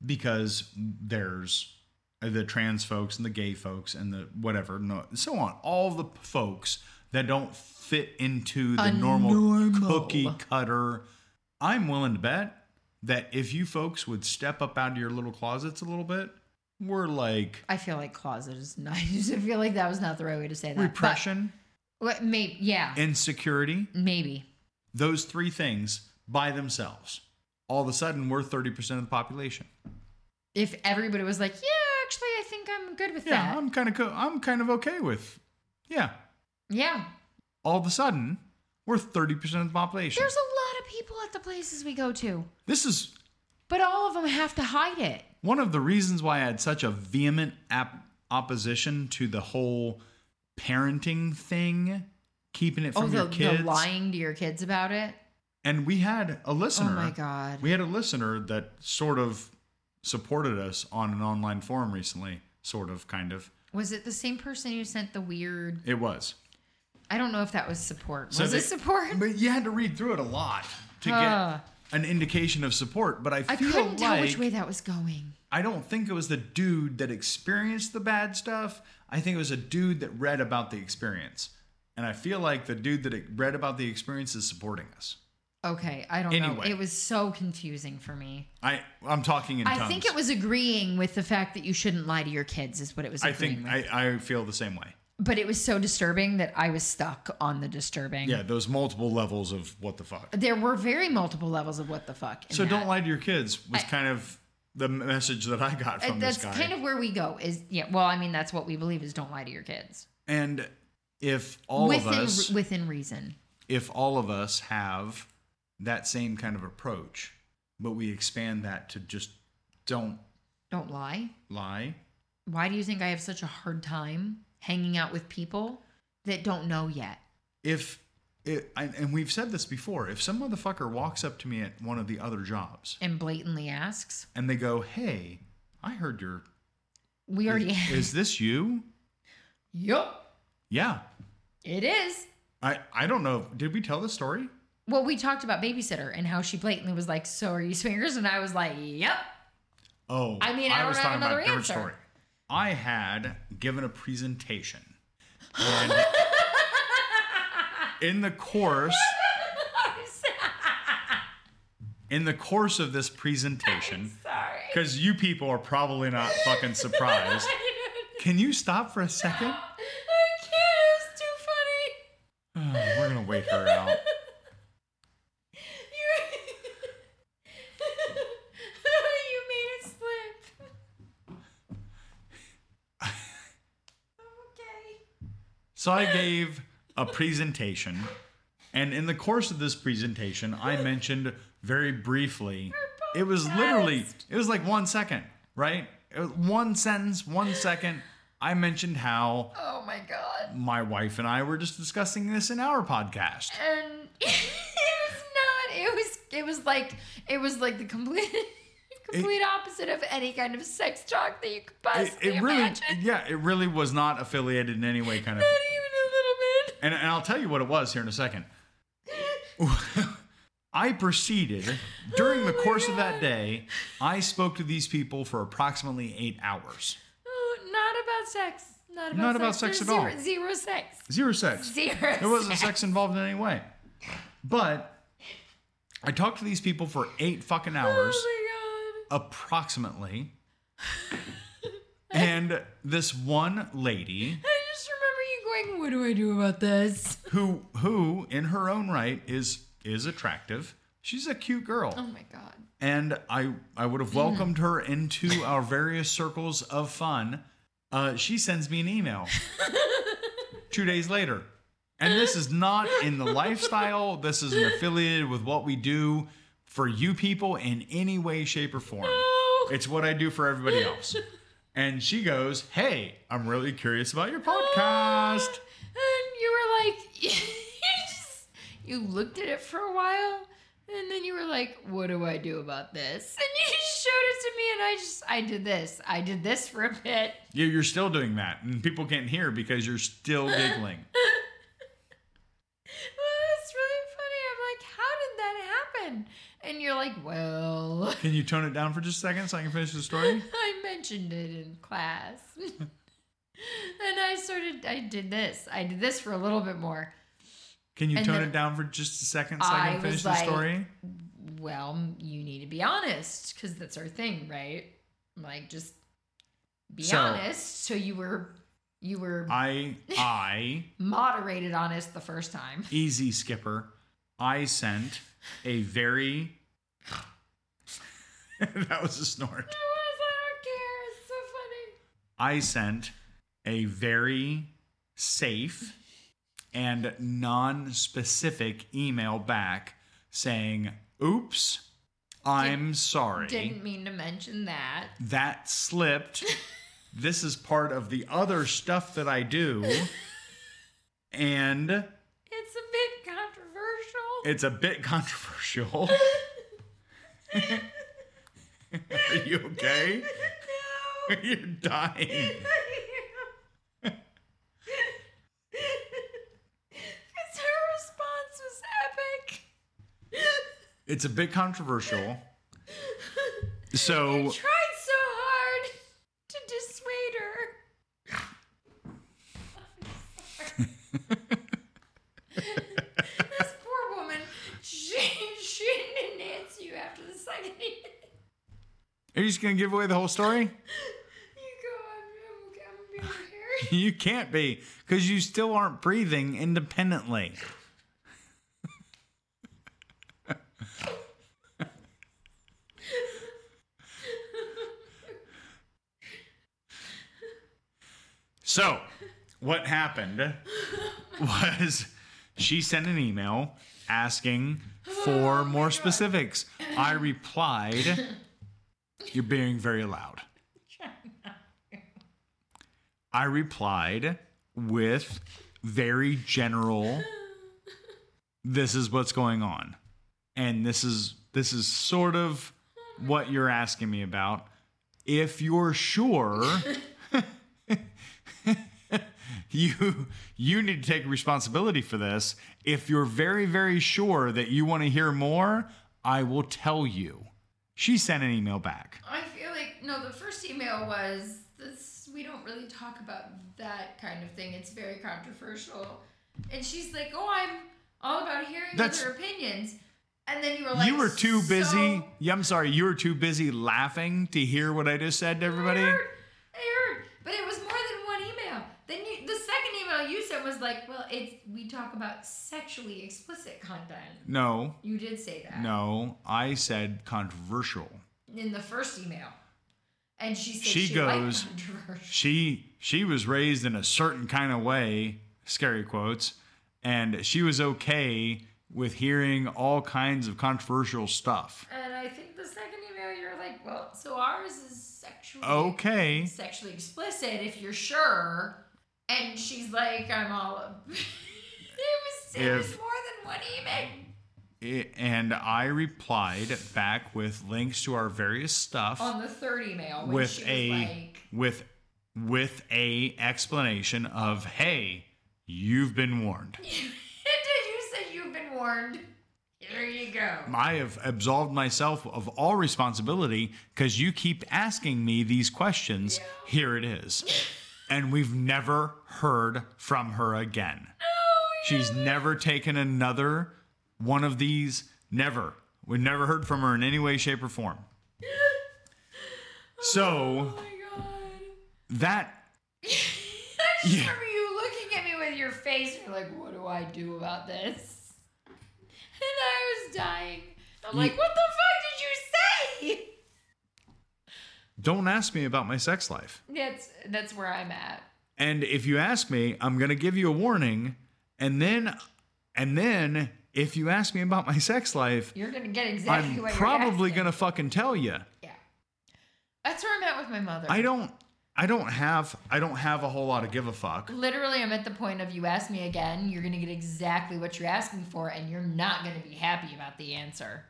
because there's the trans folks and the gay folks and the whatever, no, so on. All the p- folks that don't fit into the
A
normal,
normal.
cookie cutter. I'm willing to bet that if you folks would step up out of your little closets a little bit, we're like
I feel like closet is not. I just feel like that was not the right way to say that.
repression,
But, what, maybe, yeah,
insecurity.
maybe.
those three things by themselves. All of a sudden, we're 30% of the population.
If everybody was like, yeah, actually, I think I'm good with
Yeah,
that.
I'm kind of co- I'm kind of okay with. Yeah,
yeah,
all of a sudden, we're 30% of the population.
there's a lot of people at the places we go to,
this is
but all of them have to hide it.
one of the reasons why I had such a vehement ap- opposition to the whole parenting thing, keeping it from
oh,
your
the,
kids.
the lying to your kids about it.
And we had a listener.
Oh my god.
We had a listener that sort of supported us on an online forum recently, sort of, kind of.
Was it the same person who sent the weird?
It was.
I don't know if that was support.
So
was
they-
it support?
But you had to read through it a lot to get
Ah.
an indication of support, but I
I
feel
couldn't
like
tell which way that was going.
I don't think it was the dude that experienced the bad stuff. I think it was a dude that read about the experience. And I feel like the dude that read about the experience is supporting us.
Okay, I don't know.
Anyway.
It was so confusing for me.
I I'm talking in
I
tongues.
think it was agreeing with the fact that you shouldn't lie to your kids is what it was
I
agreeing
think
with.
I, I feel the same way.
but it was so disturbing that I was stuck on the disturbing.
Yeah, those multiple levels of what the fuck.
There were very multiple levels of what the fuck. in
So
that.
don't lie to your kids was kind of the message that I got
Uh,
from
That's
this guy.
kind of where we go. Is yeah. Well, I mean, that's what we believe is don't lie to your kids
and if all
within
of us
within reason.
if all of us have that same kind of approach, but we expand that to just don't
Don't lie.
lie.
Why do you think I have such a hard time hanging out with people that don't know yet?
If it, I, and we've said this before, if some motherfucker walks up to me at one of the other jobs
And blatantly asks,
and they go, "Hey, I heard your
we already.
is, is this you?"
yup,
Yeah,
it is.
I I don't know. Did we tell the story?
Well, we talked about babysitter and how she blatantly was like, "So are you swingers?" And I was like, "Yep."
Oh,
I mean, I don't have another answer.
I had given a presentation, and in the course, in the course of this presentation,
Sorry.
because you people are probably not fucking surprised. Can you stop for a second?
I can't. It's too funny.
Oh, we're gonna wait her out.
you you made it slip. okay.
So I gave a presentation, and in the course of this presentation, I mentioned very briefly. It was literally, it was like one second, right? It was one sentence, one second. I mentioned how
Oh my god.
my wife and I were just discussing this in our podcast.
And it was not. It was. It was like. It was like the complete. Complete opposite of any kind of sex talk that you could
It,
possibly
it really,
imagine. Not even
yeah, it really was not affiliated in any way, kind of.
a little bit.
And, and I'll tell you what it was here in a second. I proceeded during the
Oh my
course of
God.
that day. I spoke to these people for approximately eight hours.
Oh, not about sex. Not about
Not
sex.
about sex
There's
at all.
zero- Zero sex.
Zero sex.
Zero.
There wasn't sex involved in any way. But I talked to these people for eight fucking hours,
Oh my god.
approximately. And this one lady
I just remember you going, What do I do about this?
who who in her own right is is attractive. She's a cute girl.
Oh my god.
and I I would have welcomed her into our various circles of fun. Uh, she sends me an email two days later, and this is not in the lifestyle. This isn't affiliated with what we do for you people in any way, shape, or form.
Oh,
It's what I do for everybody else. And she goes, "Hey, I'm really curious about your podcast."
And you were like, you, just, you looked at it for a while, and then you were like, What do I do about this? And you just showed it to me, and I just, I did this. I did this for a bit.
Yeah, you're still doing that, and people can't hear because you're still giggling.
Well, it's Oh, really funny. I'm like, How did that happen? And you're like, Well,
Can you tone it down for just a second so I can finish the story?
I mentioned it in class. and I started, I did this. I did this for a little bit more.
Can you
And
tone
then
it down for just a second so I
I
can
was
finish the
like-
story?
Well, you need to be honest because that's our thing, right? Like, just be
So-
honest. So you were, you were
I, I,
moderated honest the first time.
easy skipper, I sent a very. that was a snort.
I was, I don't care. It's so funny.
I sent a very safe and non specific email back saying, oops, I'm sorry.
Didn't mean to mention that.
that slipped. this is part of the other stuff that I do. And
It's a bit controversial.
it's a bit controversial. Are you okay?
no.
You're dying.
Because her response was epic.
It's a bit controversial. So
tried so hard to dissuade her. this poor woman, she, she didn't answer you after the second. e-, you
are you just gonna give away the whole story?
go, I'm, I'm, I'm being hairy.
You can't be, because you still aren't breathing independently. so, what happened was she sent an email asking for more specifics. I replied, You're being very loud. I replied with very general this is what's going on and this is this is sort of what you're asking me about if you're sure you you need to take responsibility for this if you're very very sure that you want to hear more I will tell you she sent an email back
I feel like no. The first email was this. We don't really talk about that kind of thing. It's very controversial. And she's like, "Oh, I'm all about hearing
That's-
other opinions." And then you were like,
you were too
"So
busy. Yeah, I'm sorry. You were too busy laughing to hear what I just said to everybody.
I heard, I heard, but it was more than one email. Then you, the second email you sent was like, well, it's we talk about sexually explicit content.
No,
You did say that
no. I said controversial.
in the first email, and she said
She
she, liked
goes-
controversial.
She she was raised in a certain kind of way, scary quotes, and she was okay with hearing all kinds of controversial stuff.
And I think the second email you're like, well, so ours is sexually
Okay.
sexually explicit if you're sure. And she's like, I'm all up. it was, it was
If-
more than one email.
I- and I replied back with links to our various stuff.
On the third email, when
with
she was
a
like,
with with a explanation of hey you've been warned
Did you said you've been warned? Here you go. Oh,
i have absolved myself of all responsibility because you keep asking me these questions here it is and we've never heard from her again she's never taken another one of these never we've never heard from her in any way shape or form so
Oh my god.
that
I just remember you looking at me with your face and you're like, what do I do about this? And I was dying. I'm like, what the fuck did you say?
don't ask me about my sex life
That's that's where I'm at.
And if you ask me, I'm going to give you a warning. And then, and then if you ask me about my sex life,
You're gonna get exactly
I'm
what
probably
you're
going to fucking tell you.
Yeah. That's where I'm at with my mother.
I don't, I don't have, I don't have a whole lot of give a fuck.
Literally, I'm at the point of you ask me again, you're gonna get exactly what you're asking for, and you're not gonna be happy about the answer.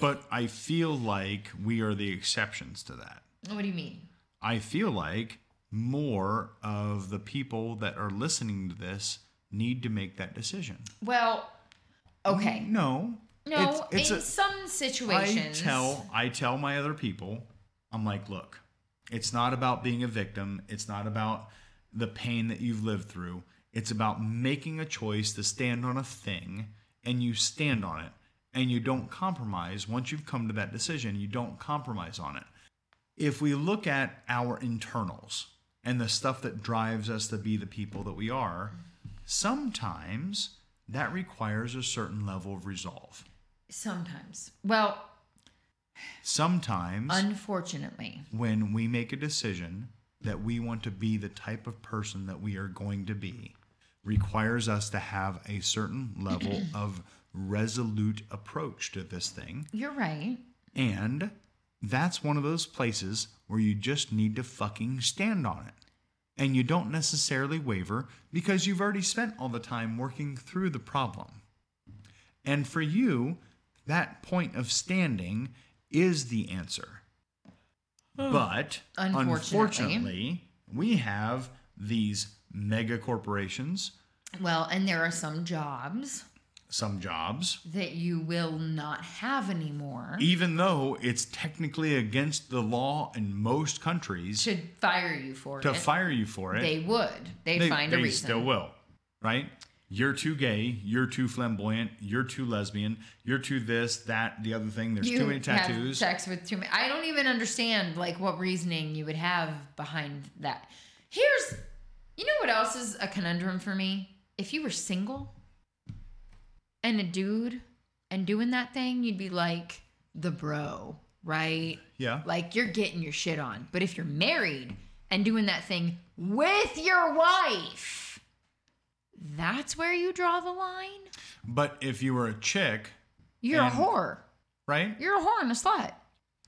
But I feel like we are the exceptions to that.
What do you mean?
I feel like more of the people that are listening to this need to make that decision.
Well, okay.
No.
Mm, No,
it's, it's
in
a,
some situations.
I tell I tell my other people, I'm like, look, it's not about being a victim. It's not about the pain that you've lived through. It's about making a choice to stand on a thing and you stand on it and you don't compromise. Once you've come to that decision, you don't compromise on it. If we look at our internals and the stuff that drives us to be the people that we are, sometimes that requires a certain level of resolve.
Sometimes. Well,
Sometimes
unfortunately.
when we make a decision that we want to be the type of person that we are going to be requires us to have a certain level of resolute approach to this thing
You're right.
and that's one of those places where you just need to fucking stand on it and you don't necessarily waver because you've already spent all the time working through the problem and for you that point of standing is the answer but
Unfortunately.
unfortunately we have these mega corporations
Well, and there are some jobs
some jobs,
that you will not have anymore
even though it's technically against the law in most countries
should fire you for
to
it.
fire you for it.
they would. They'd find a reason.
still will, right? You're too gay. You're too flamboyant. You're too lesbian. You're too this, that, the other thing. There's
you
too many
have
tattoos.
sex with too many. I don't even understand like what reasoning you would have behind that. Here's, you know what else is a conundrum for me? If you were single and a dude and doing that thing, you'd be like the bro, right?
yeah.
Like you're getting your shit on. But if you're married and doing that thing with your wife, that's where you draw the line.
But if you were a chick,
You're
And-
a whore.
right?
You're a whore and a slut.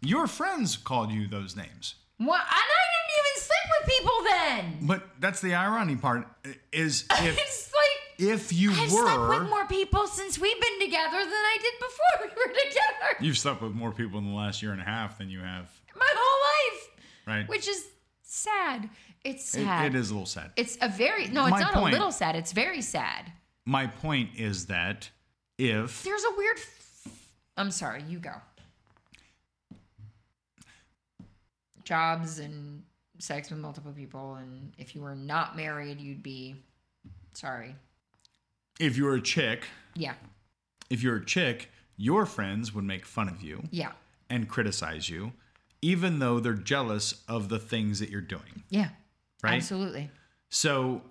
Your friends called you those names.
What? And I didn't even sleep with people then.
But that's the irony part is if
it's like
if you
I've slept
were
with more people since we've been together than I did before we were together.
you've slept with more people in the last year and a half than you have,
My whole life,
right?
which is sad. It's
It-
sad.
it is a little sad.
It's a very no. It's
My
not
point-
a little sad. It's very sad.
My point is that if
There's a weird. F- I'm sorry. You go. Jobs and sex with multiple people, and if you were not married, you'd be sorry.
if you were a chick,
Yeah.
if you're a chick, your friends would make fun of you
Yeah.
and criticize you, even though they're jealous of the things that you're doing,
Yeah.
right?
Absolutely.
So,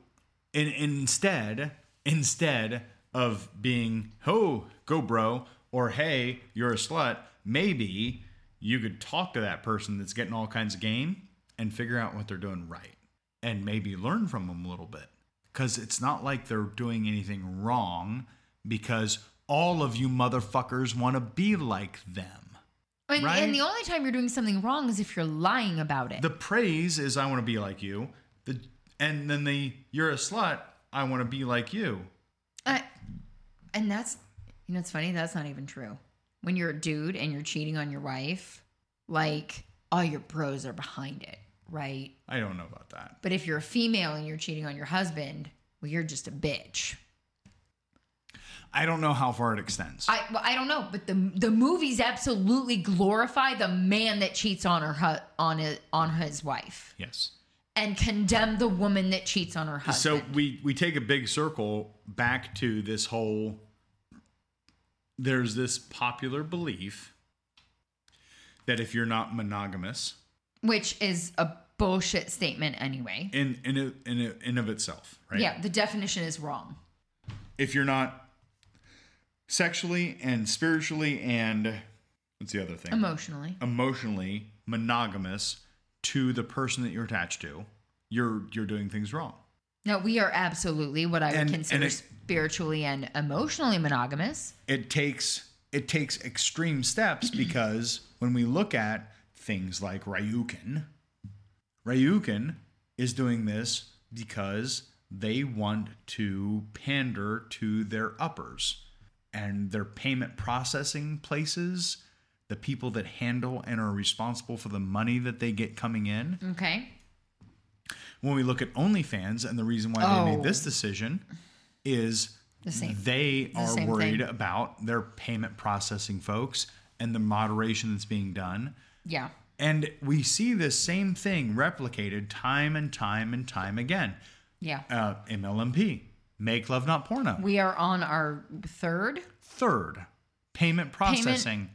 in, instead, instead of being "Oh, go bro" or "Hey, you're a slut," maybe you could talk to that person that's getting all kinds of game and figure out what they're doing right, and maybe learn from them a little bit. Because it's not like they're doing anything wrong, because all of you motherfuckers want to be like them.
And,
Right?
and the only time you're doing something wrong is if you're lying about it.
The praise is I want to be like you. The and then the you're a slut. I want to be like you.
I, Uh, and that's, you know, it's funny. That's not even true. When you're a dude and you're cheating on your wife, like all your bros are behind it, right?
I don't know about that.
But if you're a female and you're cheating on your husband, well, you're just a bitch.
I don't know how far it extends.
I well, I don't know, but the the movies absolutely glorify the man that cheats on her hu- on his, on his wife
yes.
and condemn the woman that cheats on her husband.
So we we take a big circle back to this whole there's this popular belief that if you're not monogamous
which is a bullshit statement anyway.
in in it- in it- in of itself, right?
Yeah, the definition is wrong.
If you're not sexually and spiritually and what's the other thing?
Emotionally.
emotionally monogamous to the person that you're attached to, you're you're doing things wrong.
No, we are absolutely what I would
And- and
consider
it-
spiritually and emotionally monogamous.
it takes it takes extreme steps because when we look at things like Ryukin, Ryukin is doing this because they want to pander to their uppers and their payment processing places, the people that handle and are responsible for the money that they get coming in.
Okay.
When we look at OnlyFans and the reason why they
Oh.
made this decision is
The same.
they are
same
worried
thing.
about their payment processing folks and the moderation that's being done.
Yeah.
And we see this same thing replicated time and time and time again.
Yeah.
Uh, MLMP, Make Love Not Porno.
We are on our third.
Third, payment processing.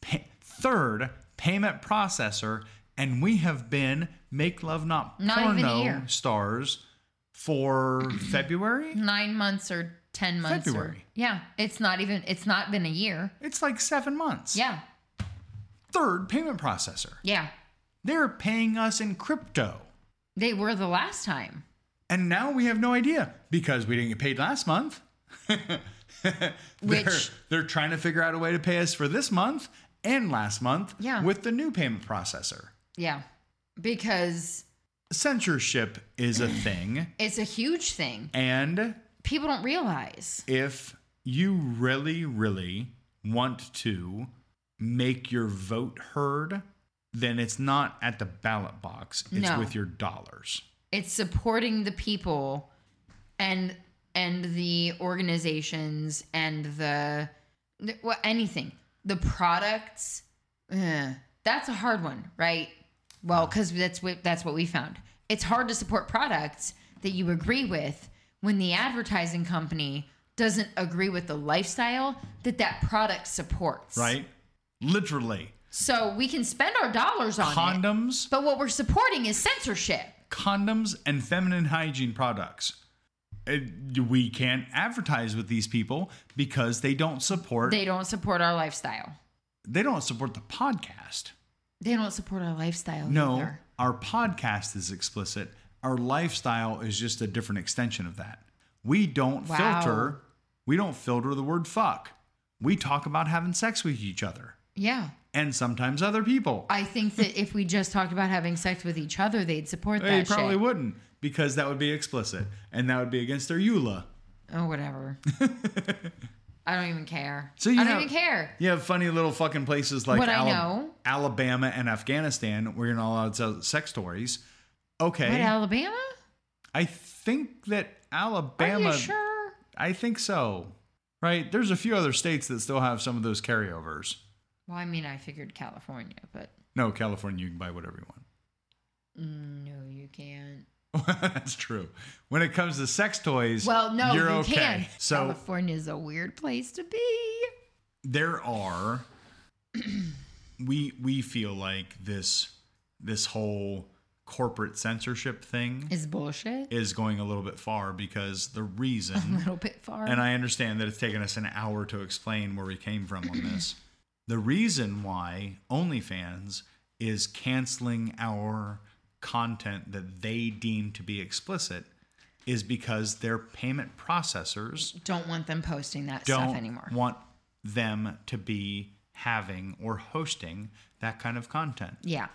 Pa- third, payment processor. And we have been Make Love Not
Not
Porno
even a year.
stars for February.
Nine months or 10 months. or-
February.
yeah. It's not even, it's not been a year.
It's like seven months.
Yeah.
Third, payment processor.
Yeah.
They're paying us in crypto.
They were the last time.
And now we have no idea because we didn't get paid last month. they're,
Which-
they're trying to figure out a way to pay us for this month and last month
Yeah.
with the new payment processor.
Yeah. Because
Censorship is a thing.
it's a huge thing.
And
People don't realize.
if you really, really want to make your vote heard, then it's not at the ballot box, it's
No.
with your dollars.
it's supporting the people and and the organizations and the, the well, anything, the products. eh, that's a hard one, right? Well, because that's what that's what we found. It's hard to support products that you agree with when the advertising company doesn't agree with the lifestyle that that product supports.
right? Literally.
So we can spend our dollars on it,
Condoms,
but what we're supporting is censorship.
condoms and feminine hygiene products. Uh, We can't advertise with these people because they don't support
They don't support our lifestyle.
they don't support the podcast.
They don't support our lifestyle.
No,
either.
our podcast is explicit. Our lifestyle is just a different extension of that. We don't
Wow.
filter. We don't filter the word fuck. We talk about having sex with each other
Yeah.
and sometimes other people.
I think that if we just talked about having sex with each other, they'd support
they
that shit.
probably wouldn't because that would be explicit and that would be against their EULA.
Oh, whatever. I don't even care.
So
I
you
don't
have-
even care.
You have funny little fucking places like
What I
Ala-
know.
Alabama and Afghanistan where you're not allowed to tell sex stories. Okay.
What, Alabama?
I think that Alabama.
Are you sure?
I think so. Right? There's a few other states that still have some of those carryovers.
Well, I mean, I figured California, but
No, California, you can buy whatever you
mm, no, you can't.
want. That's true. When it comes to sex toys,
Well, no,
you're
you
okay.
can.
So
California is a weird place to be.
there are. we we feel like this this whole corporate censorship thing
Is bullshit.
is going a little bit far because the
A
reason
little bit far.
and I understand that it's taken us an hour to explain where we came from on this. the reason why OnlyFans is canceling our content that they deem to be explicit is because their payment processors
don't want them posting that stuff
don't
anymore.
want them to be having or hosting that kind of content.
Yeah.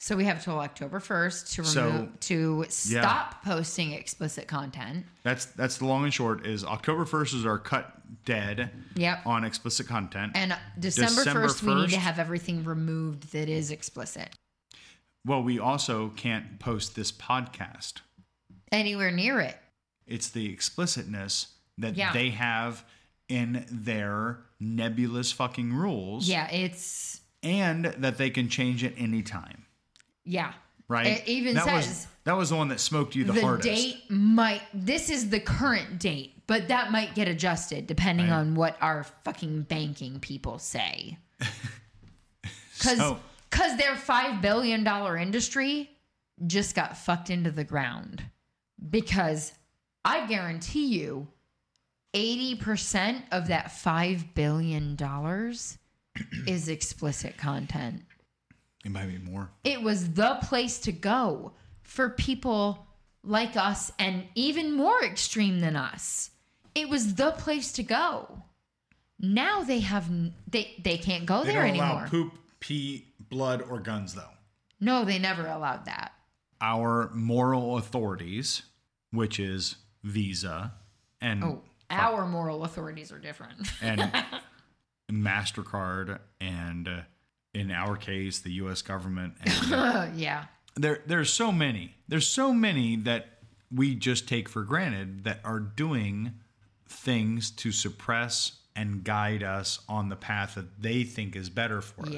So we have till October 1st to remove
So-
to stop posting explicit content.
That's that's the long and short is October 1st is our cut dead
Yep.
on explicit content.
And December,
December
1st, we need
1st.
to have everything removed that is explicit.
well, we also can't post this podcast.
Anywhere near it.
it's the explicitness that
Yeah.
they have in their nebulous fucking rules
Yeah, it's
and that they can change at any time
yeah.
right
It even
that was,
says-
that was the one that smoked you the,
The,
hardest
date might this is the current date, but that might get adjusted depending
Right.
on what our fucking banking people say. Cuz
So-
cuz their 5 billion dollar industry just got fucked into the ground because I guarantee you 80% of that 5 billion dollars is explicit content
it might be more
it was the place to go for people like us and even more extreme than us. It was the place to go. Now they have n- they they can't go
they
there
don't
anymore.
allow poop pee blood or guns though
no, they never allowed that.
our moral authorities which is visa and
Oh, our moral authorities are different.
and mastercard and uh, in our case the us government and
yeah.
there there's so many there's so many that we just take for granted that are doing things to suppress and guide us on the path that they think is better for us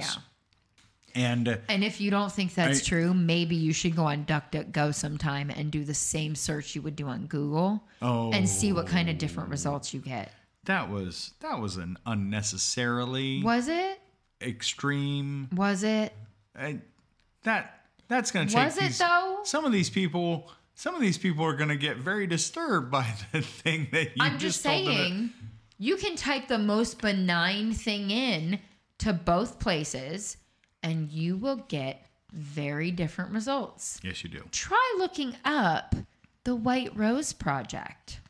Yeah.
and uh,
And if you don't think that's
I-
true, maybe you should go on DuckDuckGo sometime and do the same search you would do on Google
oh
and see what kind of different results you get.
that was that was an unnecessarily
Was it?
extreme
Was it?
I, that that's going to take
Was it
these-
though?
some of these people some of these people are going to get very disturbed by the thing that you
I'm just,
told them to-
saying, you can type the most benign thing in to both places and you will get very different results.
yes you do
Try looking up the White Rose Project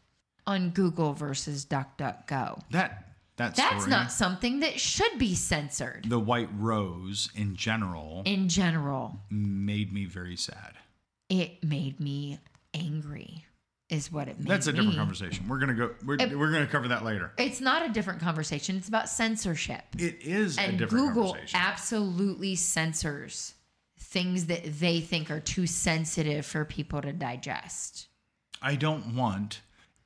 on Google versus DuckDuckGo.
that that
That's
story-
not something that should be censored
the white rose in general
in general.
made me very sad.
It made me angry, is what it made
That's a different
me.
conversation. We're gonna go. We're,
It-
we're gonna cover that later.
It's not a different conversation. It's about censorship.
It is a
and
different
Google
conversation.
absolutely censors things that they think are too sensitive for people to digest.
I don't want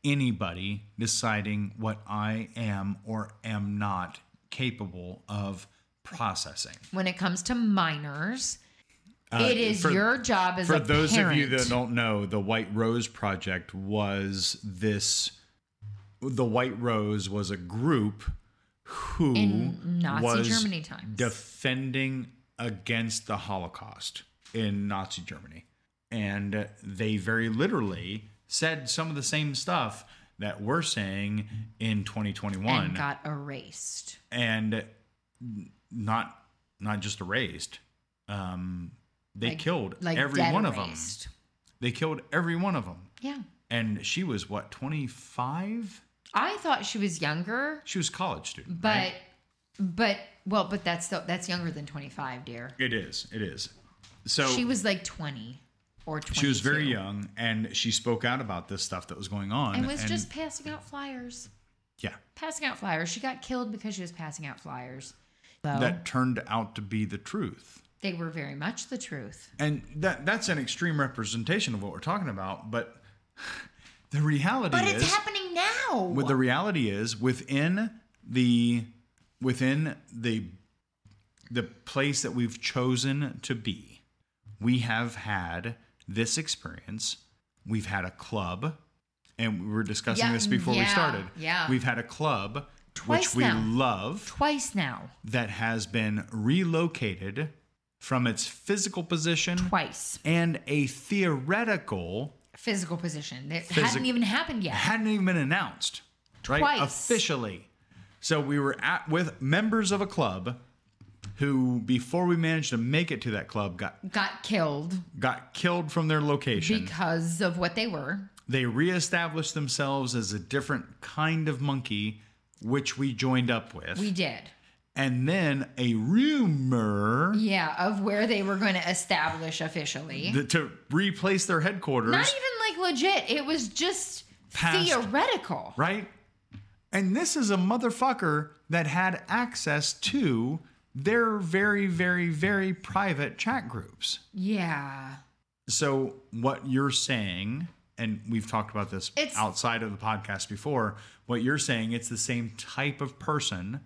anybody deciding what I am or am not capable of processing.
When it comes to minors, it is
Uh, for-
your job as
For
a
those
parent.
of you that don't know, the White Rose Project was this. The White Rose was a group who
In Nazi
was
Germany times.
defending against the Holocaust in Nazi Germany, and they very literally said some of the same stuff that we're saying in 2021
and got erased.
and not not just erased. Um, they
Like-
killed
Like
every
dead
one of them.
erased.
They killed every one of them.
Yeah.
And she was what, 25?
I thought she was younger,
She was a college student.
but
right?
but well, but that's still that's younger than 25, dear.
it is. It is. So
she was like 20 or 22.
she was very young and she spoke out about this stuff that was going on.
and was just passing out flyers.
yeah.
Passing out flyers. She got killed because she was passing out flyers. So
That turned out to be the truth.
they were very much the truth.
And that that's an extreme representation of what we're talking about, but the reality
But
is
it's happening now.
Well, the reality is within the within the the place that we've chosen to be, we have had this experience. We've had a club, and we were discussing
Yeah,
this before we
yeah,
started.
yeah.
we've had a club
Twice
which we
now.
love
Twice now.
that has been relocated from its physical position
Twice.
and a theoretical
Physical position. It
Physic-
hadn't even happened yet.
hadn't even been announced, right?
Twice.
Officially. So we were at with members of a club who, before we managed to make it to that club, got
Got killed
got killed from their location.
because of what they were.
they reestablished themselves as a different kind of monkey, which we joined up with.
We did.
and then a rumor
Yeah, of where they were going to establish officially.
that to replace their headquarters,
Not even like legit. It was just
Past-
theoretical.
right? And this is a motherfucker that had access to their very, very, very private chat groups.
Yeah.
So, what you're saying, and we've talked about this
It's-
outside of the podcast before, what you're saying, it's the same type of person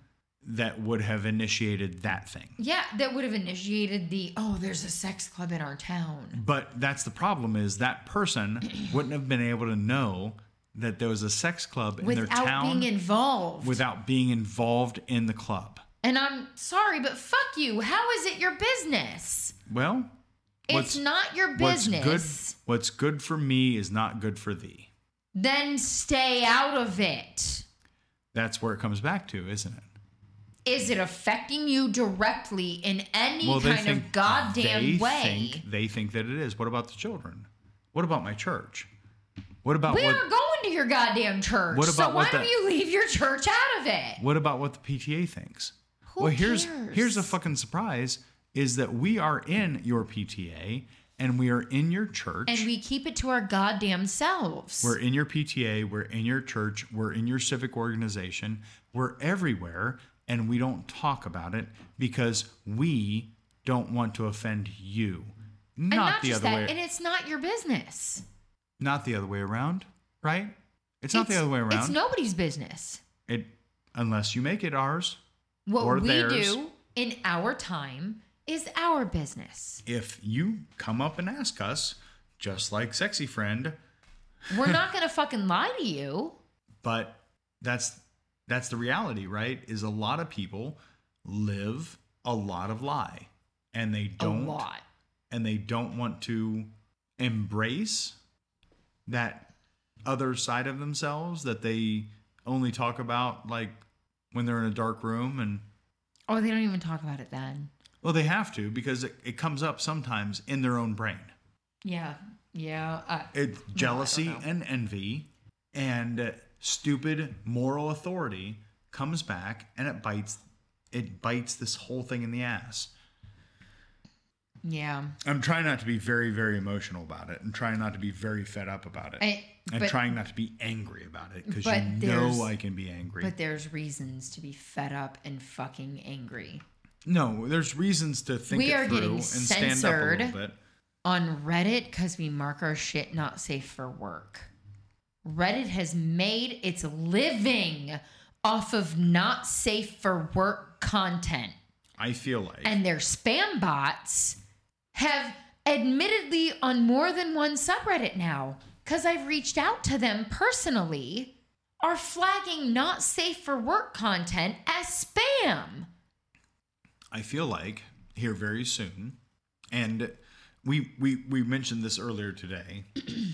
that would have initiated that thing.
Yeah, that would have initiated the oh, there's a sex club in our town.
But that's the problem is that person wouldn't have been able to know that there was a sex club in their
Without
town
being involved.
without being involved in the club.
and I'm sorry, but fuck you. How is it your business?
Well, What's-
it's not your
what's
business.
good what's good for me is not good for thee
Then stay out of it.
that's where it comes back to isn't it
Is it affecting you directly in any kind of
they
goddamn way?
think they think that it is what about the children what about my church what about
we
what,
are going to your goddamn church.
What
so
about
why
what
don't
the-
you leave your church out of it?
what about what the pta thinks
Who
well here's
cares?
here's the fucking surprise is that we are in your pta and we are in your church
And we keep it to our goddamn selves.
We're in your PTA, we're in your church, we're in your civic organization, we're everywhere, and we don't talk about it because we don't want to offend you. Not,
and not
the
just
other
that,
way.
and it's not your business.
not the other way around, right? It's, not the other way
It's
around.
nobody's business.
it unless you make it ours.
What
Or
we
theirs.
do in our time is our business.
If you come up and ask us, just like sexy friend,
We're not going to fucking lie to you.
but that's that's the reality right is a lot of people live a lot of lie and they don't
A lot.
and they don't want to embrace that other side of themselves that they only talk about like when they're in a dark room and
Oh, they don't even talk about it then.
well they have to because it, it comes up sometimes in their own brain
Yeah. Yeah. Uh,
it's jealousy
know.
and envy and uh, stupid moral authority comes back and it bites it bites this whole thing in the ass
yeah.
i'm trying not to be very very emotional about it and trying not to be very fed up about it
I,
and
but,
trying not to be angry about it because
but
you
there's-
know I can be angry.
but there's reasons to be fed up and fucking angry.
no, there's reasons to think
We
it
are
through
getting
and stand up a
censored.
little bit.
on Reddit because we mark our shit not safe for work. Reddit has made its living off of not safe for work content.
I feel like
And their spam bots have admittedly on more than one subreddit now, because I've reached out to them personally, are flagging not safe for work content as spam.
I feel like here very soon, and we we we mentioned this earlier today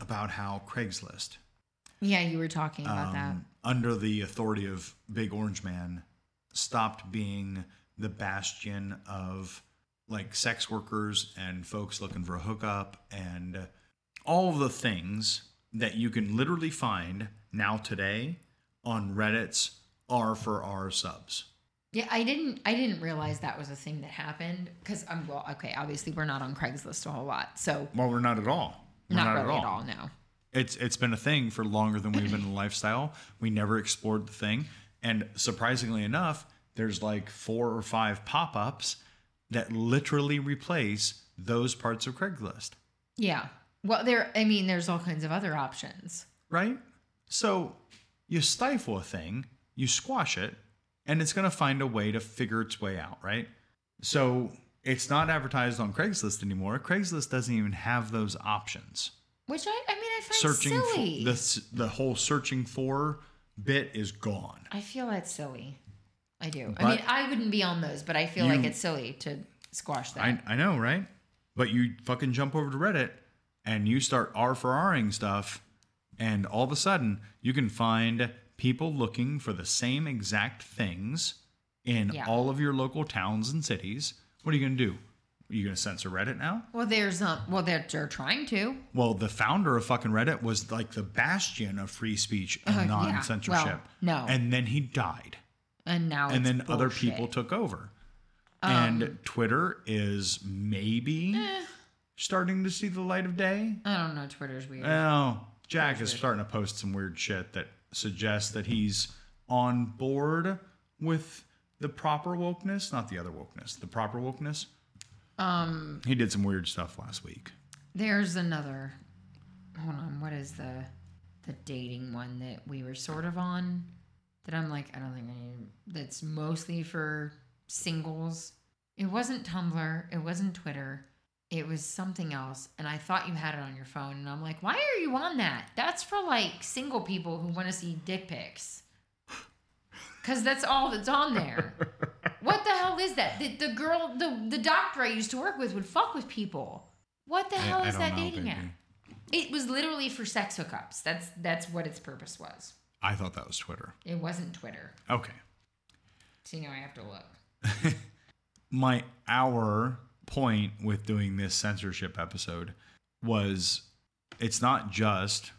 about how Craigslist,
Yeah, you were talking about that.
um, under the authority of Big Orange Man, stopped being the bastion of like sex workers and folks looking for a hookup and all the things that you can literally find now today on Reddit's R for R subs.
Yeah, I didn't. I didn't realize that was a thing that happened because I'm well. Okay, obviously we're not on Craigslist a whole lot, so
Well, we're not at all. We're
not, really at all. No,
it's it's been a thing for longer than we've been in lifestyle. We never explored the thing, and surprisingly enough, there's like four or five pop-ups that literally replace those parts of Craigslist,
yeah. Well, there. I mean, there's all kinds of other options.
right? So you stifle a thing, you squash it, and it's going to find a way to figure its way out, right? So it's not advertised on Craigslist anymore. Craigslist doesn't even have those options.
Which I, I mean, I find
Searching for
silly.
the s- the whole searching for bit is gone.
I feel that's silly. I do. I
But-
mean, I wouldn't be on those, but I feel like
You-
it's silly to squash that.
I, I know, right? But you fucking jump over to Reddit and you start R for Ring stuff, and all of a sudden you can find people looking for the same exact things in
Yeah.
all of your local towns and cities. What are you gonna do? Are you gonna censor Reddit now?
well, there's not. Well, they're, they're trying to.
Well, the founder of fucking Reddit was like the bastion of free speech and
Uh, yeah.
non censorship.
Well, no.
And then he died.
And now, it's
and then other
bullshit. Um,
people took over. and Twitter is maybe
eh.
starting to see the light of day.
I don't know. Twitter's weird.
Eh. Well, Jack is starting to post some weird shit that suggests that he's on board with the proper wokeness, not the other wokeness, the proper wokeness. Um, he did some weird stuff last week.
There's another. Hold on. What is the the dating one that we were sort of on? That I'm like, I don't think I need. That's mostly for singles. It wasn't Tumblr. It wasn't Twitter. It was something else. And I thought you had it on your phone. And I'm like, why are you on that? That's for like single people who want to see dick pics. Cause that's all that's on there. what the hell is that? The, the girl, the the doctor I used to work with would fuck with people. What the hell is that dating app? It was literally for sex hookups. That's that's what its purpose was.
I thought that was Twitter.
It wasn't Twitter.
Okay.
So you know I have to look.
my our point with doing this censorship episode was it's not just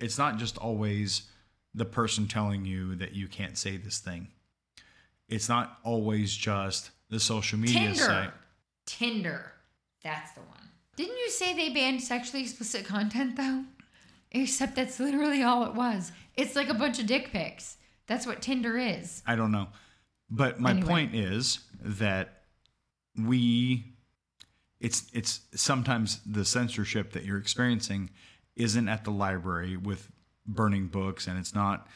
it's not just always the person telling you that you can't say this thing. It's not always just the social media
Tinder.
site.
Tinder. That's the one. Didn't you say they banned sexually explicit content though? Except that's literally all it was. It's like a bunch of dick pics. That's what Tinder is.
I don't know. But my
Anyway.
point is that we it's it's sometimes the censorship that you're experiencing isn't at the library with burning books and it's not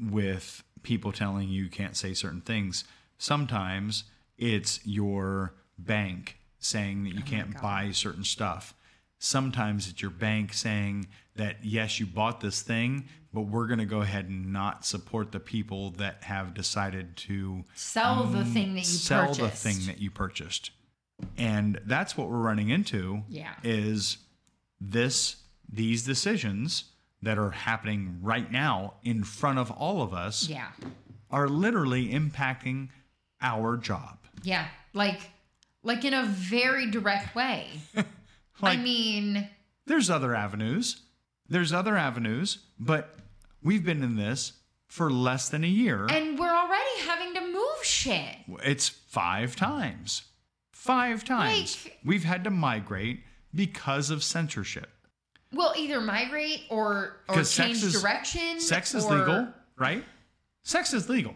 with people telling you you can't say certain things. Sometimes it's your bank saying that you can't buy certain stuff. Sometimes it's your bank saying that yes, you bought this thing, but we're going to go ahead and not support the people that have decided to
Sell the thing that you
Mm, sell
purchased.
the thing that you purchased. And that's what we're running into
Yeah.
is this these decisions that are happening right now in front of all of us
yeah.
are literally impacting our job.
Yeah. Like like in a very direct way.
Like
I mean,
there's other avenues. There's other avenues, but we've been in this for less than a year.
and we're already having to move shit.
It's five times. Five times.
Like-
We've had to migrate because of censorship.
Well, either migrate or or
Because
change
sex is-
direction.
Sex is
or-
legal, right? Sex is legal.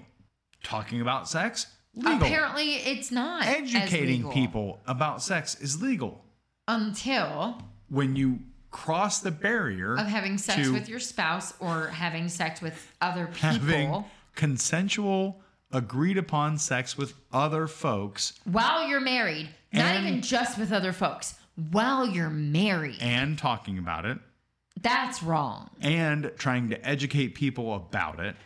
Talking about sex, legal.
Apparently, it's not as
Educating
legal
people about sex is legal.
until
When you cross the barrier
of having sex
to
with your spouse or having sex with other people.
having consensual, agreed upon sex with other folks
while you're married, not
And-
even just with other folks, while you're married.
and talking about it
That's wrong.
and trying to educate people about it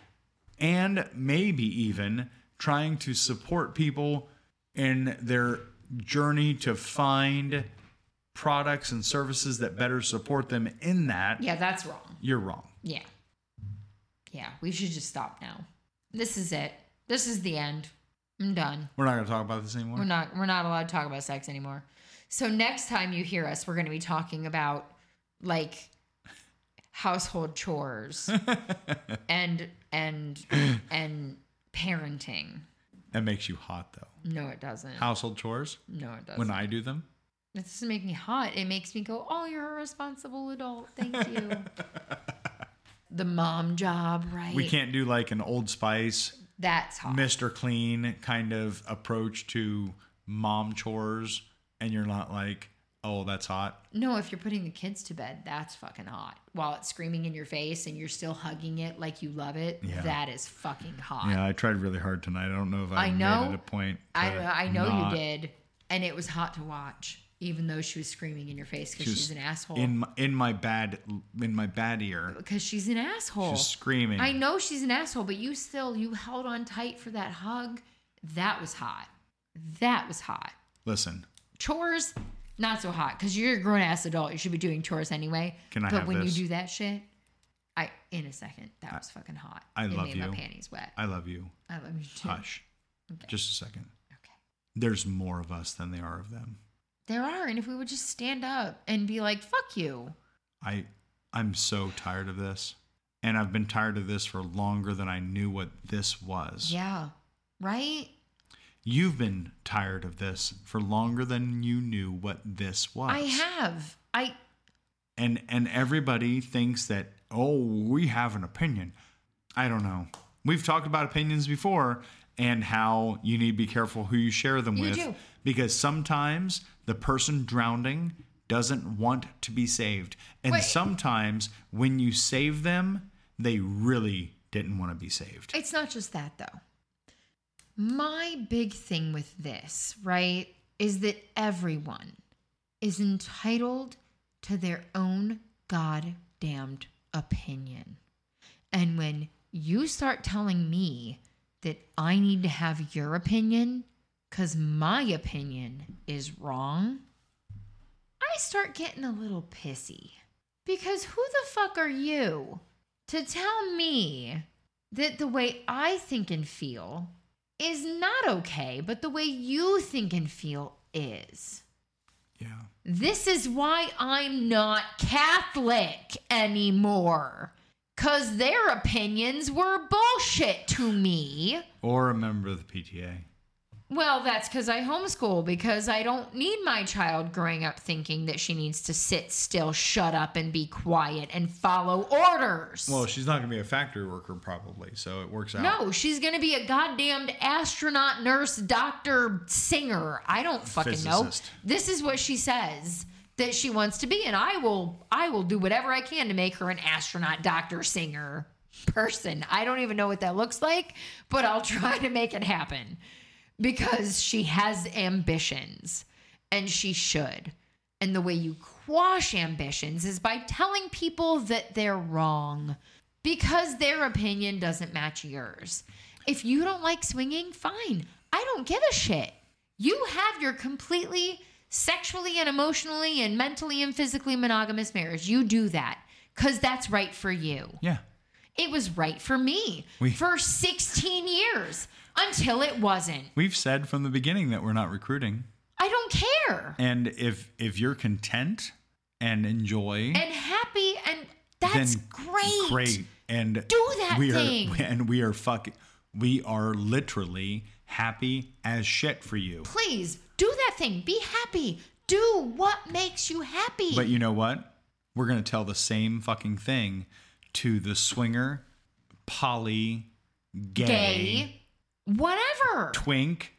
and maybe even trying to support people in their journey to find products and services that better support them in that.
Yeah, that's wrong.
You're wrong.
Yeah. Yeah, we should just stop now. This is it. This is the end. I'm done.
We're not going to talk about this anymore.
We're not we're not allowed to talk about sex anymore. So next time you hear us, we're going to be talking about like household chores and and and parenting.
That makes you hot though.
No, it doesn't.
Household chores
No, it doesn't.
when I do them.
It doesn't make me hot. It makes me go, oh, you're a responsible adult. Thank you. the mom job, right?
We can't do like an Old Spice,
That's hot.
Mr. Clean kind of approach to mom chores and you're not like, "Oh, that's hot."
no, if you're putting the kids to bed, that's fucking hot. While it's screaming in your face and you're still hugging it like you love it,
Yeah.
that is fucking hot.
Yeah, I tried really hard tonight. I don't know if I,
I know.
made it a point.
I, uh,
to
I know
not-
you did. And it was hot to watch, even though she was screaming in your face because
She's
she's an asshole.
In my, in my bad in my bad ear,
Because she's an asshole.
just screaming.
I know she's an asshole, but you still you held on tight for that hug. That was hot. That was hot.
Listen,
Chores, not so hot because you're a grown ass adult. You should be doing chores anyway.
Can I
But
have
when
this?
you do that shit, I in a second that was fucking hot.
I
it
love
made
you.
My panties wet.
I love you.
I love you too.
Hush. Just a second.
Okay.
There's more of us than there are of them.
There are, and if we would just stand up and be like, "Fuck you,"
I I'm so tired of this. And I've been tired of this for longer than I knew what this was.
yeah, right?
You've been tired of this for longer than you knew what this was.
I have. I
And and everybody thinks that oh, we have an opinion. I don't know. We've talked about opinions before and how you need to be careful who you share them
You
with
do.
because sometimes the person drowning doesn't want to be saved. And
Wait.
sometimes when you save them, they really didn't want to be saved.
It's not just that though. My big thing with this, right, is that everyone is entitled to their own goddamned opinion. And when you start telling me that I need to have your opinion cuz my opinion is wrong, I start getting a little pissy. Because who the fuck are you to tell me that the way I think and feel is not okay, but the way you think and feel is.
Yeah.
This is why I'm not Catholic anymore. Because their opinions were bullshit to me.
Or a member of the PTA.
Well, that's because I homeschool, because I don't need my child growing up thinking that she needs to sit still, shut up, and be quiet and follow orders.
Well, she's not going to be a factory worker probably, so it works out.
No, she's gonna be a goddamned astronaut, nurse, doctor, singer. I don't fucking
Physicist.
know. This is what she says that she wants to be, and I will I will do whatever I can to make her an astronaut, doctor, singer person. I don't even know what that looks like, but I'll try to make it happen because she has ambitions and she should. And the way you quash ambitions is by telling people that they're wrong because their opinion doesn't match yours. If you don't like swinging, fine. I don't give a shit. You have your completely sexually and emotionally and mentally and physically monogamous marriage. You do that because that's right for you.
Yeah.
It was right for me
We-
for 16 years until it wasn't.
We've said from the beginning that we're not recruiting.
I don't care.
And if if you're content and enjoy,
And happy, and
then
that's great.
Great. And
Do that
we
thing.
are and we are fucking we are literally happy as shit for you.
Please do that thing. Be happy. Do what makes you happy.
But you know what? We're gonna tell the same fucking thing to the swinger, poly, gay,
gay, whatever.
twink.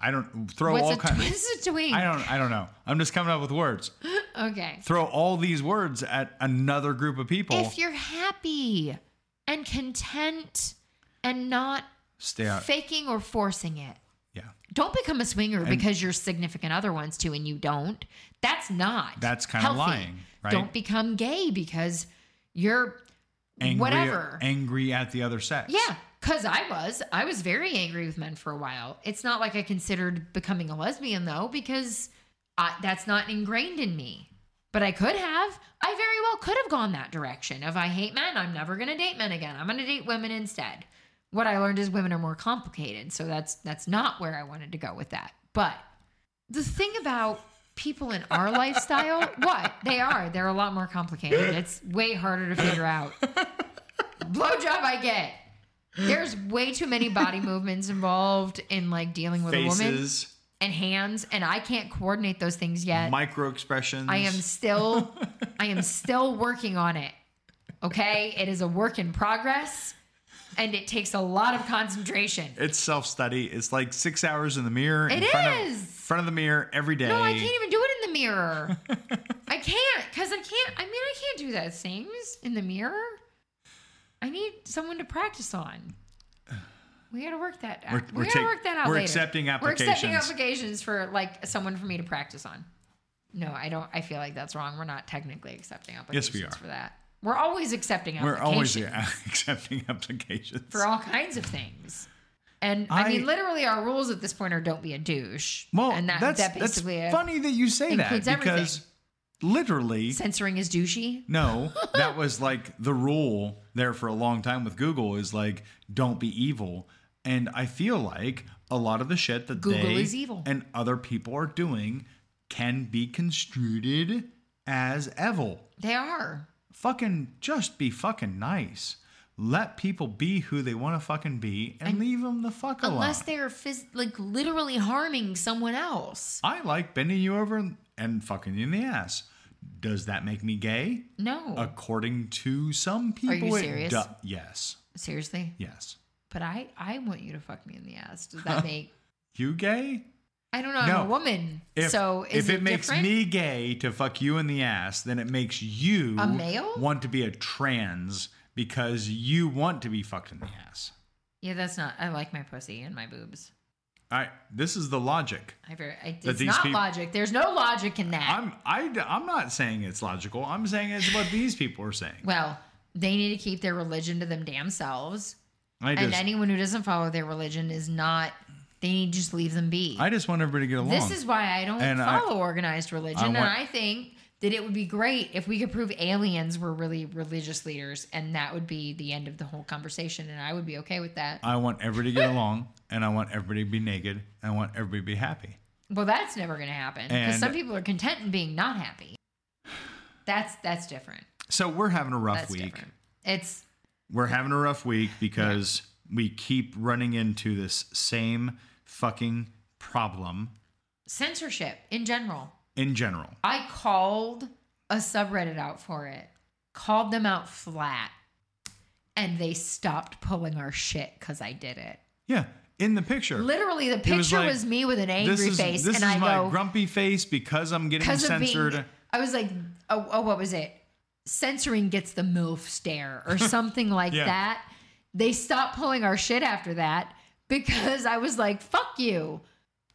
I don't throw
What's
all
a
kinds.
twist a twink?
I don't. I don't know. I'm just coming up with words.
Okay.
Throw all these words at another group of people.
If you're happy and content and not
Stay out.
faking or forcing it,
Yeah.
don't become a swinger because your significant other wants to and you don't. That's not.
That's kinda
healthy.
lying, right?
Don't become gay because you're
Angry,
whatever.
Angry at the other sex.
Yeah, because I was. I was very angry with men for a while. It's not like I considered becoming a lesbian, though, because I, that's not ingrained in me. But I could have. I very well could have gone that direction. If I hate men, I'm never going to date men again. I'm going to date women instead. What I learned is women are more complicated. So that's that's not where I wanted to go with that. But the thing about people in our lifestyle, what? They are. They're a lot more complicated. It's way harder to figure out. Blowjob I get. There's way too many body movements involved in like dealing with a woman
Faces,
and hands and I can't coordinate those things yet.
micro expressions.
I am still I am still working on it. Okay? It is a work in progress and it takes a lot of concentration.
It's self study. It's like six hours in the mirror. in
It
front Of,
is.
front of the mirror every day.
No, I can't even do it in the mirror. I can't cuz I can't I mean I can't do those things in the mirror. I need someone to practice on. We gotta work that out.
We're-
we
we're
gotta
take-
work that out
we're
later.
accepting
We're accepting
applications.
applications for like someone for me to practice on. No, I don't. I feel like that's wrong. We're not technically accepting
Yes,
applications
we are.
for that. We're always accepting
We're
applications
always yeah, accepting applications.
for all kinds of things. And I,
I-
mean, literally, our rules at this point are don't be a douche.
well,
and that,
that's,
that
that's
basically uh,
funny that you say that
includes
because
everything.
literally,
censoring is douchey.
no, that was like the rule there for a long time with Google is like, don't be evil. And I feel like a lot of the shit that
Google
they
is evil.
and other people are doing can be construed as evil.
They are.
fucking just be fucking nice. Let people be who they want to fucking be and, leave 'em leave them the fuck
Unless
alone.
they are phys- like literally harming someone else.
I like bending you over and- and fucking you in the ass. Does that make me gay?
No.
Uh, According to some people,
Oh. you
it
serious?
do- yes,
Seriously?
yes.
But I, I want you to fuck me in the ass. Does that make.
You gay?
I don't know.
No.
I'm a woman.
If,
so is
if it, makes
different?
me gay to fuck you in the ass, then it makes you
A male?
want to be a trans because you want to be fucked in the ass.
Yeah, that's not. I like my pussy and my boobs.
I this is the logic.
I very. I,
That
it's
these
not
peop-
logic. There's no logic in that.
I'm I, I'm not saying it's logical. I'm saying it's what these people are saying.
well, they need to keep their religion to them damn selves,
I
and
just
anyone who doesn't follow their religion is not. They need to just leave them be.
I just want everybody to get along.
this is why I don't
And I-
follow organized religion,
I
and
want-
I think that it would be great if we could prove aliens were really religious leaders, and that would be the end of the whole conversation, and I would be okay with that.
I want everybody to get along, and I want everybody to be naked, and I want everybody to be happy.
Well, that's never going to happen because
And-
some people are content in being not happy. That's that's different.
So we're having a rough
That's
week.
different. It's
We're having a rough week because we keep running into this same fucking problem
censorship in general.
in general.
I called a subreddit out for it, called them out flat, and they stopped pulling our shit because I did it.
Yeah, in the picture.
Literally, the picture
was
was,
like,
me with an angry
this is
face,
this
and
is
I
my
go
grumpy face because I'm getting
because of
censored.
being. I was like, oh, oh, what was it? Censoring gets the milf stare or something like
Yeah.
that. They stopped pulling our shit after that because I was like, fuck you.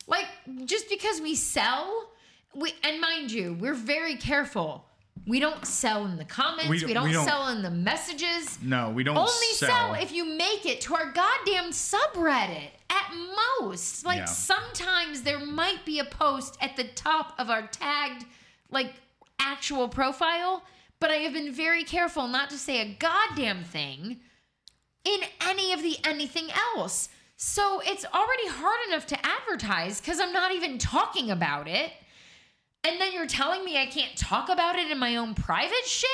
Like, just because we sell, we and mind you, we're very careful. We don't sell in the comments. We don't,
We don't- we don't-
sell in the messages.
no, we don't
Only sell if you make it to our goddamn subreddit at most. Like
Yeah.
sometimes there might be a post at the top of our tagged like actual profile, but I have been very careful not to say a goddamn thing in any of the anything else. So it's already hard enough to advertise cuz I'm not even talking about it. And then you're telling me I can't talk about it in my own private shit?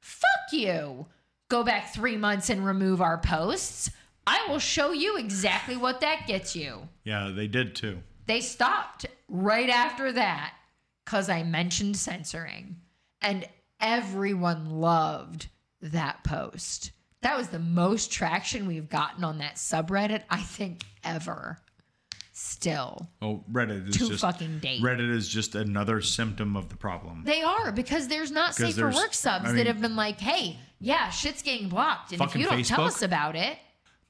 Fuck you. Go back three months and remove our posts. I will show you exactly what that gets you.
yeah, they did too.
They stopped right after that because I mentioned censoring, and everyone loved that post. That was the most traction we've gotten on that subreddit, I think, ever. still
Oh, Reddit is
to
just
fucking date.
Reddit is just another symptom of the problem.
They are because there's not safe for
there's-
work subs
I mean-
that have been like, hey, yeah, shit's getting blocked, and if
Fucking
you don't tell
Facebook.
us about it,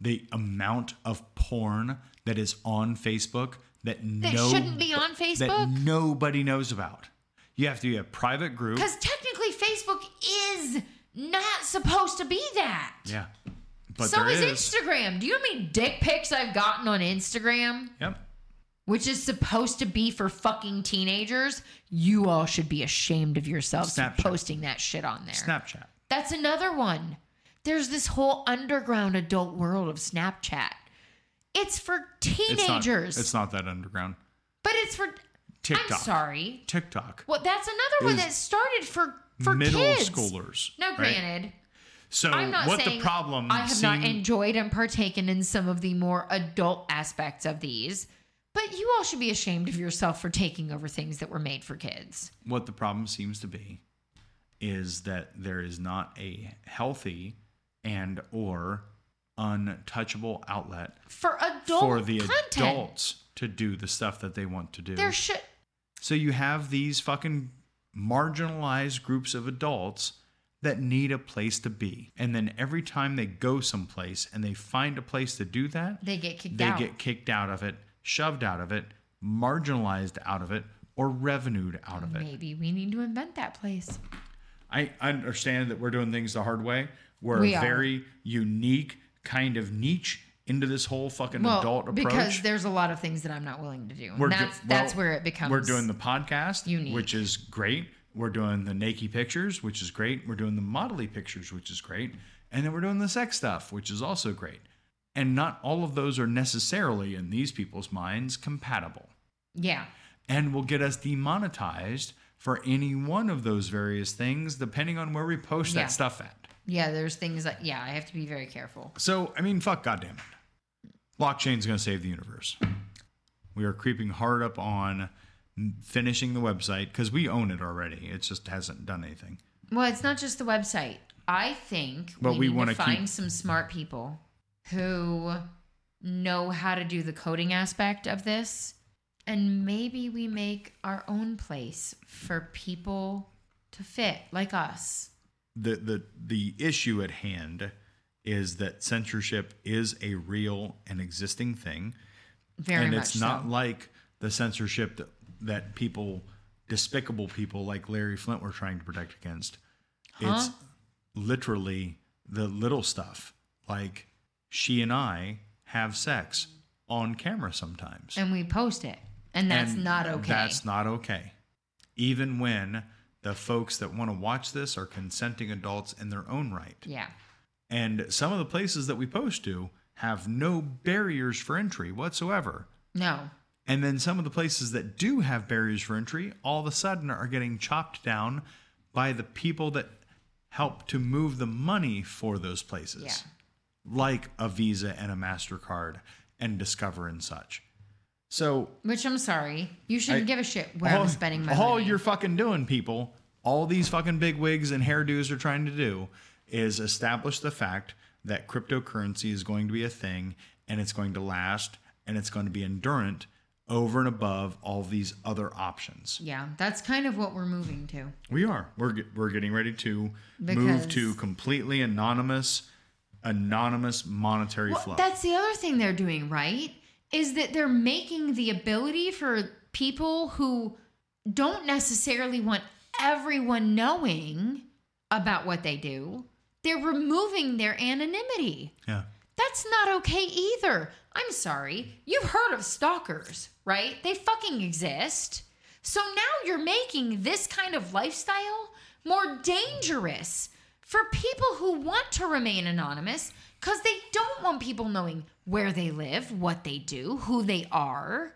The amount of porn that is on Facebook that,
that
no
shouldn't be on
that
Facebook.
nobody knows about. You have to be a private group.
Because technically, Facebook is not supposed to be that.
Yeah, but
so
there
is,
is.
Instagram. Do you know how many dick pics I've gotten on Instagram,
Yep.
which is supposed to be for fucking teenagers? You all should be ashamed of yourselves
Snapchat.
for posting that shit on there.
Snapchat.
That's another one. There's this whole underground adult world of Snapchat. It's for
It's not-
teenagers,
It's not, that underground.
but it's for.
TikTok.
I'm sorry.
TikTok.
Well, that's another one
Is
that started for for
middle
kids.
schoolers.
Now,
right?
granted,
So
I'm not
what
saying
the problem?
I have not
seem-
enjoyed and partaken in some of the more adult aspects of these, but you all should be ashamed of yourself for taking over things that were made for kids.
what the problem seems to be is that there is not a healthy and or untouchable outlet
For adult
for the
content,
adults to do the stuff that they want to do.
there should
so you have these fucking marginalized groups of adults that need a place to be. And then every time they go someplace and they find a place to do that,
they get kicked
they
out.
get kicked out of it, shoved out of it, marginalized out of it, or revenued out of it.
Maybe we need to invent that place.
I understand that we're doing things the hard way. We're
We
a
are.
very unique kind of niche into this whole fucking
Well,
adult approach.
because there's a lot of things that I'm not willing to do. And
We're do-
that's
well,
that's where it becomes.
We're doing the podcast,
unique.
which is great. We're doing the Nike pictures, which is great. We're doing the modelly pictures, which is great. And then we're doing the sex stuff, which is also great. And not all of those are necessarily, in these people's minds, compatible
yeah.
and will get us demonetized for any one of those various things, depending on where we post
Yeah.
that stuff at.
Yeah, there's things that yeah, I have to be very careful.
So, I mean, fuck, goddamn it. Blockchain's going to save the universe. We are creeping hard up on finishing the website because we own it already. It just hasn't done anything.
Well, it's not just the website. I think
But we
we, want
wanna
to
keep-
find some smart people who know how to do the coding aspect of this, and maybe we make our own place for people to fit like us.
The the the issue at hand is that censorship is a real and existing thing,
Very
and
much
it's not
so.
like the censorship that, that people, despicable people like Larry Flint, were trying to protect against. It's
Huh?
literally the little stuff, like she and I have sex on camera sometimes.
and we post it, and that's
And
not okay.
That's not okay. Even when the folks that want to watch this are consenting adults in their own right.
yeah.
And some of the places that we post to have no barriers for entry whatsoever.
No.
And then some of the places that do have barriers for entry all of a sudden are getting chopped down by the people that help to move the money for those places,
Yeah.
like a Visa and a MasterCard and Discover and such. So
Which I'm sorry, you shouldn't
I-
give a shit where I'm spending my
all
money.
you're fucking doing, people, all these fucking big wigs and hairdos are trying to do is establish the fact that cryptocurrency is going to be a thing and it's going to last and it's going to be endurant over and above all these other options.
yeah, that's kind of what we're moving to.
We are. We're, ge- we're getting ready to
Because-
move to completely anonymous, anonymous monetary
Well,
flow.
that's the other thing they're doing, right? Is that they're making the ability for people who don't necessarily want everyone knowing about what they do, they're removing their anonymity.
yeah.
That's not okay either. I'm sorry. You've heard of stalkers, right? They fucking exist. So now you're making this kind of lifestyle more dangerous for people who want to remain anonymous because they don't want people knowing where they live, what they do, who they are.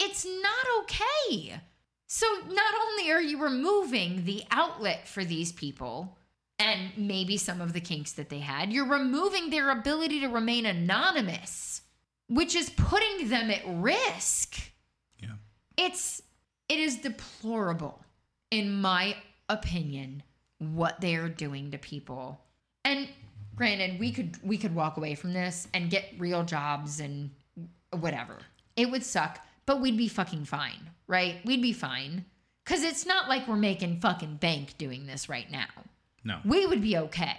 It's not okay. So not only are you removing the outlet for these people and maybe some of the kinks that they had, you're removing their ability to remain anonymous, which is putting them at risk.
Yeah.
It's it is deplorable in my opinion what they are doing to people. And granted, we could we could walk away from this and get real jobs and whatever. It would suck, but we'd be fucking fine, right? We'd be fine. Cause it's not like we're making fucking bank doing this right now.
No.
We would be okay.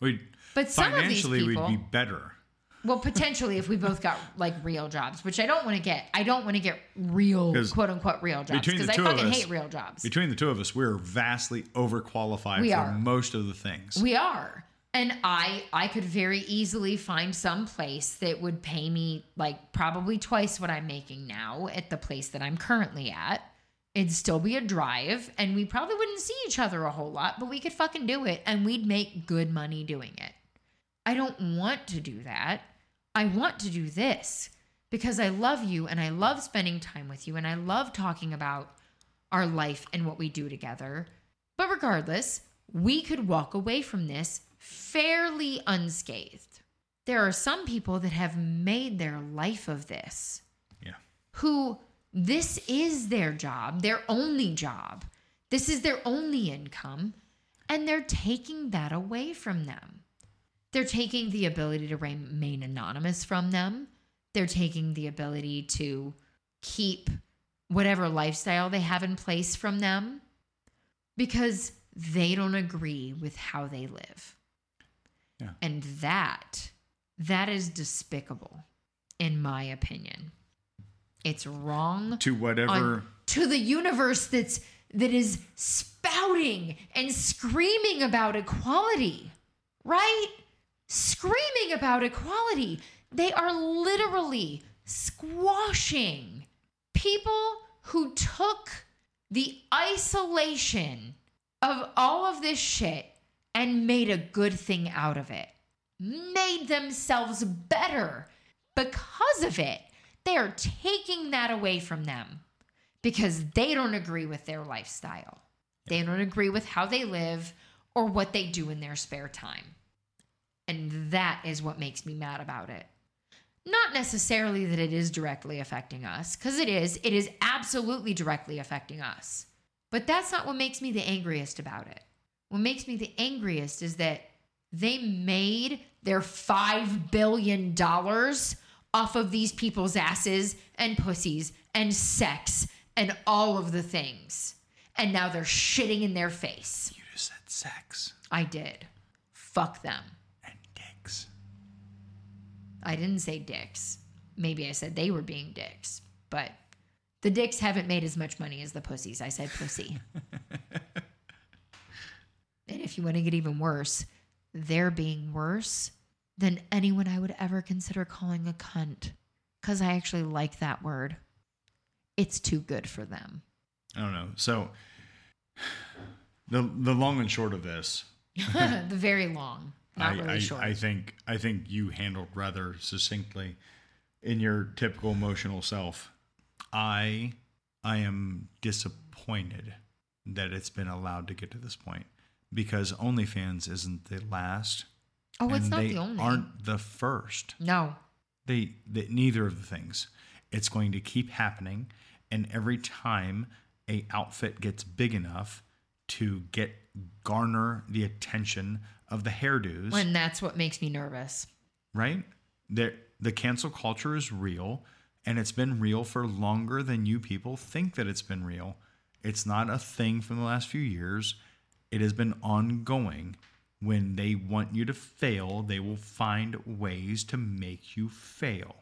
We
But some of these
financially
people,
we'd be better.
well, potentially if we both got like real jobs, which I don't want to get. I don't want to get real,
'Cause
quote unquote, real jobs
between
because
the
I
two of
fucking
us-
hate real jobs.
Between the two of us, we're vastly overqualified
We
for
are.
most of the things.
We are. And I I could very easily find some place that would pay me like probably twice what I'm making now at the place that I'm currently at. It'd still be a drive and we probably wouldn't see each other a whole lot, but we could fucking do it and we'd make good money doing it. I don't want to do that. I want to do this because I love you and I love spending time with you and I love talking about our life and what we do together. But regardless, we could walk away from this fairly unscathed. There are some people that have made their life of this
yeah.
who this is their job, their only job. This is their only income. And they're taking that away from them. They're taking the ability to remain anonymous from them. They're taking the ability to keep whatever lifestyle they have in place from them because they don't agree with how they live.
Yeah.
And that that is despicable in my opinion. It's wrong
To whatever
on, to the universe that's that is spouting and screaming about equality, right? Screaming about equality. They are literally squashing people who took the isolation of all of this shit and made a good thing out of it, made themselves better because of it. They are taking that away from them because they don't agree with their lifestyle. They don't agree with how they live or what they do in their spare time. And that is what makes me mad about it. Not necessarily that it is directly affecting us, because it is. It is absolutely directly affecting us. But that's not what makes me the angriest about it. What makes me the angriest is that they made their $5 billion off of these people's asses and pussies and sex and all of the things. And now they're shitting in their face.
you just said sex
I did. Fuck them.
and dicks.
I didn't say dicks. Maybe I said they were being dicks, but the dicks haven't made as much money as the pussies. I said pussy. and if you want to get even worse, they're being worse than anyone I would ever consider calling a cunt because I actually like that word. It's too good for them.
I don't know. So the the long and short of this,
the very long, not
I,
really
I,
short.
I think I think you handled rather succinctly in your typical emotional self. I I am disappointed that it's been allowed to get to this point because OnlyFans isn't the last.
oh, it's
and
not
they
the only.
aren't the first.
no,
They that neither of the things. It's going to keep happening, and every time a outfit gets big enough to get garner the attention of the hairdos,
and that's what makes me nervous.
right? There, the cancel culture is real, and it's been real for longer than you people think that it's been real. It's not a thing from the last few years. It has been ongoing. When they want you to fail, they will find ways to make you fail.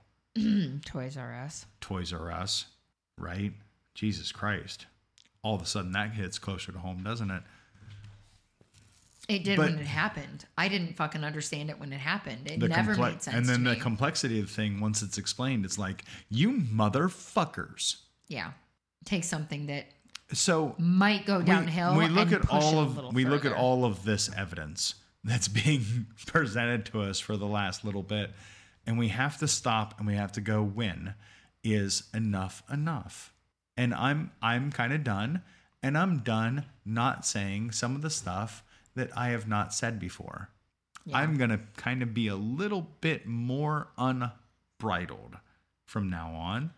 Toys R Us.
Toys R Us, right? Jesus Christ. All of a sudden that hits closer to home, doesn't it?
It did when
But-
it happened. I didn't fucking understand it when it happened. It
The
never
complex-
made sense.
and then
to
the
me.
complexity of the thing, once it's explained, it's like, you motherfuckers.
yeah, take something that
So
might go downhill.
We, we look
and
at
push
all
it a
of
little
we look at
further.
all of this evidence that's being presented to us for the last little bit, and we have to stop and we have to go. When is enough enough? And I'm I'm kind of done, and I'm done not saying some of the stuff that I have not said before. I'm gonna kind of be a little bit more unbridled from now on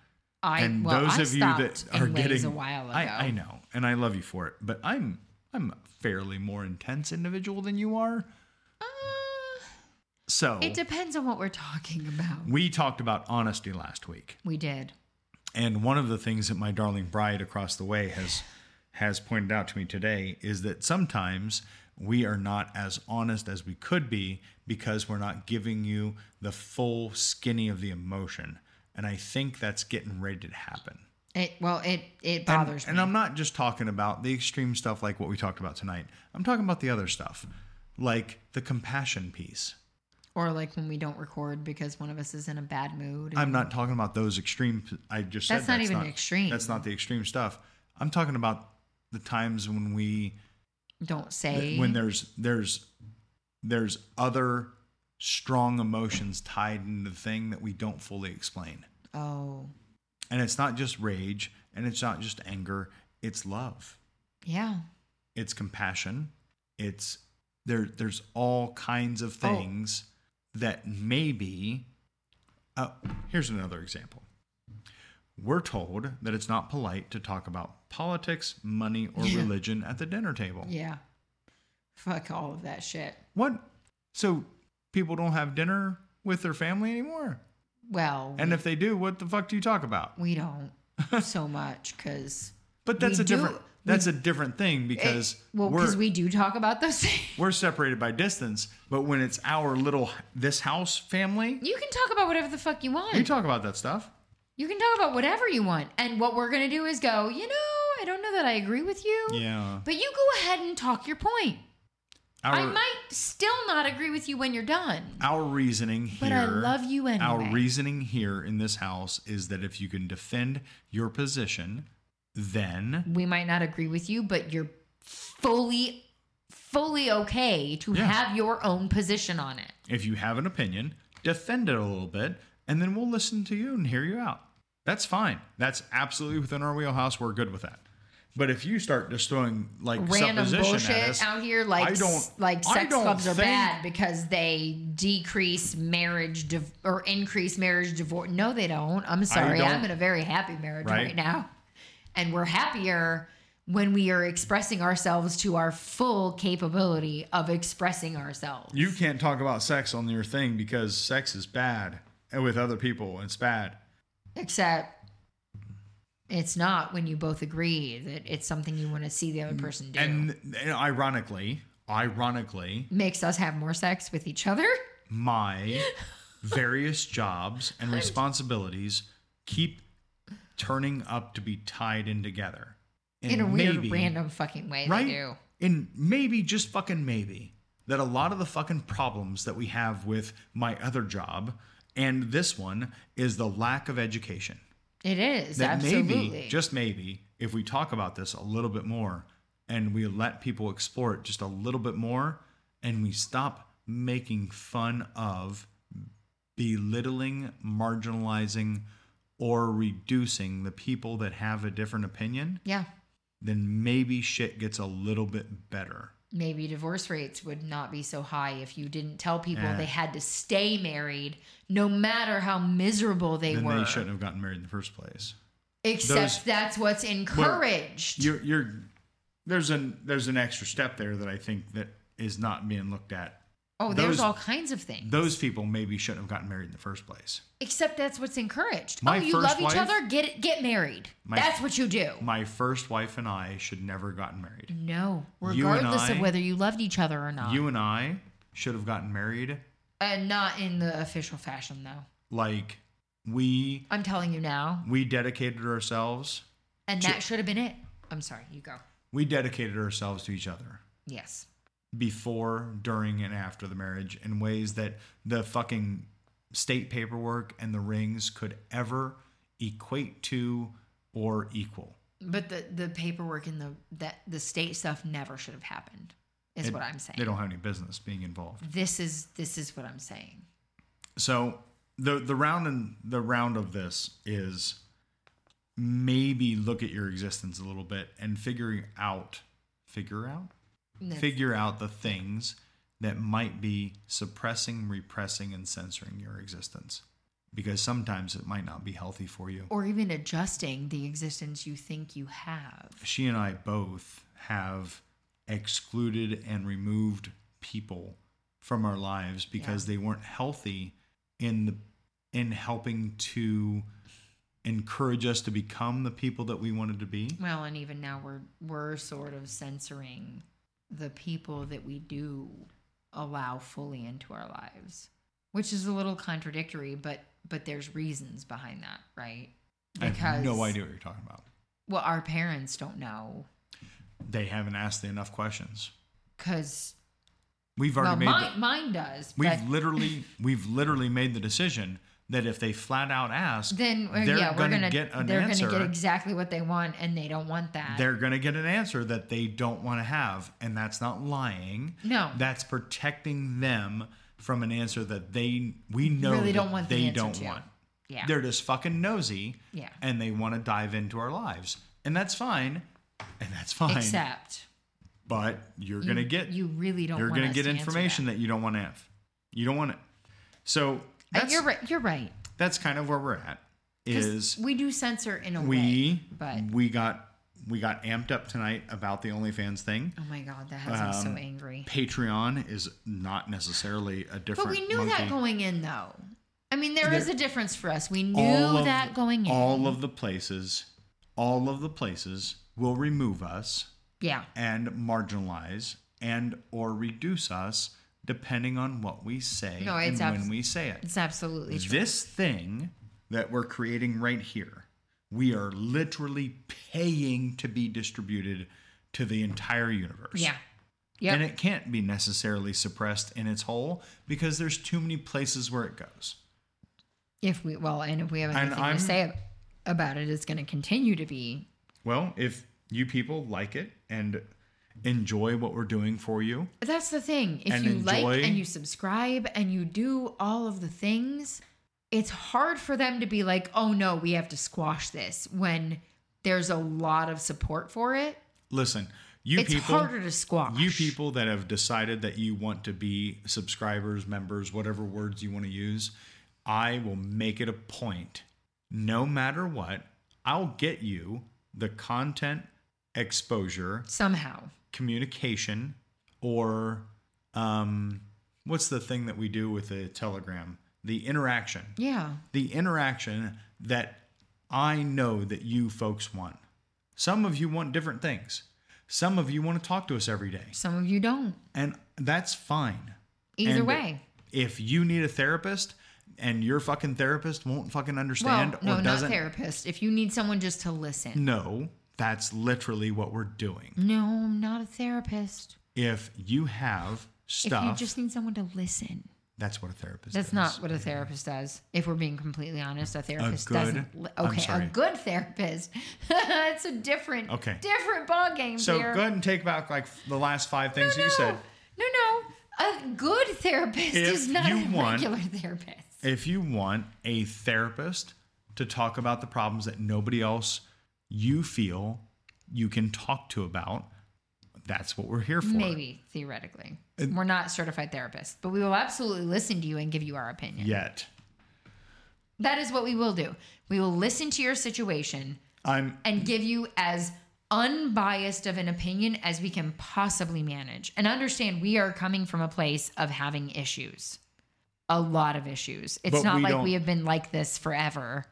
I,
and
well,
those
I
of you that
stopped in
are
ways
getting
a while ago.
I, I know, and I love you for it, but I'm I'm a fairly more intense individual than you are.
Uh,
So
It depends on what we're talking about.
we talked about honesty last week.
We did.
And one of the things that my darling bride across the way has has pointed out to me today is that sometimes we are not as honest as we could be because we're not giving you the full skinny of the emotion. And I think that's getting ready to happen.
It well, it it
And-
bothers
and,
me.
I'm not just talking about the extreme stuff like what we talked about tonight. I'm talking about the other stuff, like the compassion piece.
or like when we don't record because one of us is in a bad mood.
I'm not talking about those extreme. I just
That's
said
not even extreme.
That's not the extreme stuff. I'm talking about the times when we
don't say
when there's there's there's other strong emotions tied into the thing that we don't fully explain.
Oh.
And it's not just rage, and it's not just anger. It's love.
Yeah.
it's compassion it's there there's all kinds of
Oh.
things that maybe uh, here's another example we're told that it's not polite to talk about politics money or
Yeah.
religion at the dinner table
Yeah. Fuck all of that shit.
what so people don't have dinner with their family anymore
Well,
and if they do what the fuck do you talk about
we don't so much cuz
but that's
We
a
do-
different
we-
that's a different thing because
well,
we're
cuz we do talk about those things.
we're separated by distance, but when it's our little this house family,
You can talk about whatever the fuck you want.
we talk about that stuff.
you can talk about whatever you want. And what we're going to do is go, "You know, I don't know that I agree with you."
Yeah.
But you go ahead and talk your point.
Our
I might still not agree with you when you're done.
our reasoning here
But I love you anyway.
Our reasoning here in this house is that if you can defend your position, then
We might not agree with you, but you're fully fully okay to
Yes.
have your own position on it.
if you have an opinion, defend it a little bit, and then we'll listen to you and hear you out. That's fine. That's absolutely within our wheelhouse. We're good with that. But if you start just throwing like
Random
supposition at
bullshit
us,
out here like
I don't-
s- like
I
sex
don't
clubs are
think-
bad because they decrease marriage div- or increase marriage divorce. No, they don't. I'm sorry.
don't-
I'm in a very happy marriage
Right.
right now. And we're happier when we are expressing ourselves to our full capability of expressing ourselves.
You can't talk about sex on your thing because sex is bad and with other people. It's bad.
Except it's not when you both agree that it's something you want to see the other person do.
And, and ironically, ironically,
Makes us have more sex with each other.
my various jobs and responsibilities keep turning up to be tied in together. And
in a
maybe-
weird, random fucking way,
right?
they do.
And maybe just fucking maybe that a lot of the fucking problems that we have with my other job and this one is the lack of education.
It is
that
absolutely
maybe, just maybe, if we talk about this a little bit more and we let people explore it just a little bit more and we stop making fun of belittling, marginalizing, or reducing the people that have a different opinion,
yeah.
then maybe shit gets a little bit better.
Maybe divorce rates would not be so high if you didn't tell people
Yeah.
they had to stay married, no matter how miserable they
Then
were.
they shouldn't have gotten married in the first place.
Except
Those-
that's what's encouraged.
You're, you're there's an there's an extra step there that I think that is not being looked at.
oh, there's
those-
all kinds of things.
Those people maybe shouldn't have gotten married in the first place.
Except that's what's encouraged.
My
oh, you
first
love
wife-
each other, get get married.
My-
that's what you do.
My first wife and I should never have gotten married.
No,
You and
regardless
I-
of whether you loved each other or not.
You and I should have gotten married
and not in the official fashion, though.
like we
I'm telling you now.
we dedicated ourselves.
And
Sure.
that should have been it. I'm sorry, you go.
We dedicated ourselves to each other
Yes.
before, during and after the marriage in ways that the fucking state paperwork and the rings could ever equate to or equal.
But the, the paperwork and the that the state stuff never should have happened, is
It-
what I'm saying.
They don't have any business being involved.
This is this is what I'm saying.
So the the round and the round of this is maybe look at your existence a little bit and figuring out figure out
No.
figure out the things that might be suppressing, repressing, and censoring your existence because sometimes it might not be healthy for you.
or even adjusting the existence you think you have.
She and I both have excluded and removed people from our lives because they weren't healthy in the in helping to encourage us to become the people that we wanted to be.
Well, and even now we're we're sort of censoring the people that we do allow fully into our lives, which is a little contradictory, but but there's reasons behind that, right?
I have no idea what you're talking about.
Well, our parents don't know
They haven't asked the enough questions.
because
We've already
well,
made
mine,
the-
mine does.
we've
but
literally we've literally made the decision that if they flat out ask,
then uh,
they're
yeah, we're
gonna
gonna
get an
they're
answer.
gonna get exactly what they want, and they don't want that.
they're going to get an answer that they don't want to have, and that's not lying.
No.
that's protecting them from an answer that they we know
really don't
that
want the
they
answer
don't
to.
want.
yeah,
They're just fucking nosy,
Yeah.
and they want to dive into our lives, and that's fine, and that's fine.
except
but you're going to get
you really don't.
you're
want
going to
us
get
answer
information that. you don't want to have. You don't want it. So
that. Uh,
that's
You're right. You're right.
that's kind of where we're at.
'Cause
Is
we do censor in a way.
we
but-
we got we got amped up tonight about the OnlyFans thing.
Oh my god, that has
um,
me so angry.
Patreon is not necessarily a
But
different.
we knew
monkey.
that going in, though. I mean, there is a difference for us. We knew
All of-
that going in.
All of the places, all of the places will remove us
yeah,
and marginalize and or reduce us depending on what we say
No,
and
it's abs-
when we say it.
it's absolutely true.
This thing that we're creating right here, we are literally paying to be distributed to the entire universe.
yeah, yep.
And it can't be necessarily suppressed in its whole because there's too many places where it goes.
if we well, and if we have
And
anything
I'm-
to say ab- about it, it's going to continue to be.
Well, if you people like it and enjoy what we're doing for you,
That's the thing. If
And
you
enjoy-
like and you subscribe and you do all of the things, it's hard for them to be like, "Oh no, we have to squash this." When there's a lot of support for it,
listen, you
it's
people
harder to squash.
you people that have decided that you want to be subscribers, members, whatever words you want to use, I will make it a point. No matter what, I'll get you the content, exposure,
somehow.
communication, or um, what's the thing that we do with the Telegram? The interaction.
Yeah.
the interaction that I know that you folks want. Some of you want different things. Some of you want to talk to us every day,
Some of you don't.
and that's fine.
Either
And
way.
If you need a therapist and your fucking therapist won't fucking understand
no,
or
not
doesn't
therapist. If you need someone just to listen.
no, that's literally what we're doing.
No, I'm not a therapist.
If you have
If you
stuff,
just need someone to listen.
that's what a therapist
That's
does.
not what a therapist does. If we're being completely honest, a therapist
good-
doesn't. Li-
I'm
okay,
sorry.
a good therapist. it's a different,
Okay.
different ball game.
So
there.
go ahead and take back like the last five
No,
things that you said.
no, no. A good therapist
If
is not
you
a
want-
regular therapist.
if you want a therapist to talk about the problems that nobody else you feel you can talk to about, that's what we're here for.
Maybe theoretically, we're not certified therapists, but we will absolutely listen to you and give you our opinion.
Yet.
That is what we will do. We will listen to your situation
I'm
and give you as unbiased of an opinion as we can possibly manage. And understand we are coming from a place of having issues. A lot of issues. It's
But
not
we
like
don't-
we have been like this forever.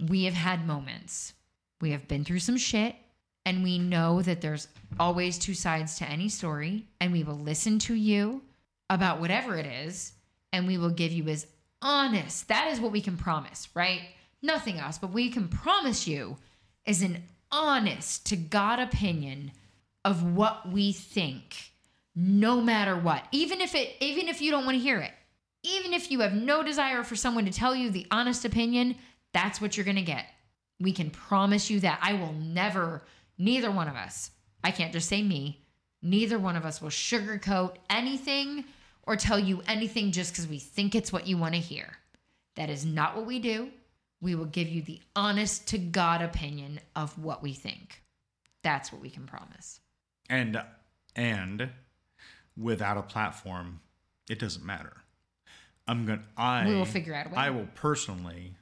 We have had moments. We have been through some shit and we know that there's always two sides to any story and we will listen to you about whatever it is and we will give you as honest that is what we can promise right nothing else but we can promise you is an honest to god opinion of what we think no matter what even if it even if you don't want to hear it even if you have no desire for someone to tell you the honest opinion that's what you're going to get we can promise you that I will never, neither one of us, I can't just say me, neither one of us will sugarcoat anything or tell you anything just because we think it's what you want to hear. That is not what we do. We will give you the honest to God opinion of what we think. That's what we can promise.
and and without a platform, it doesn't matter. I'm gonna I
We will figure out a way.
I will personally,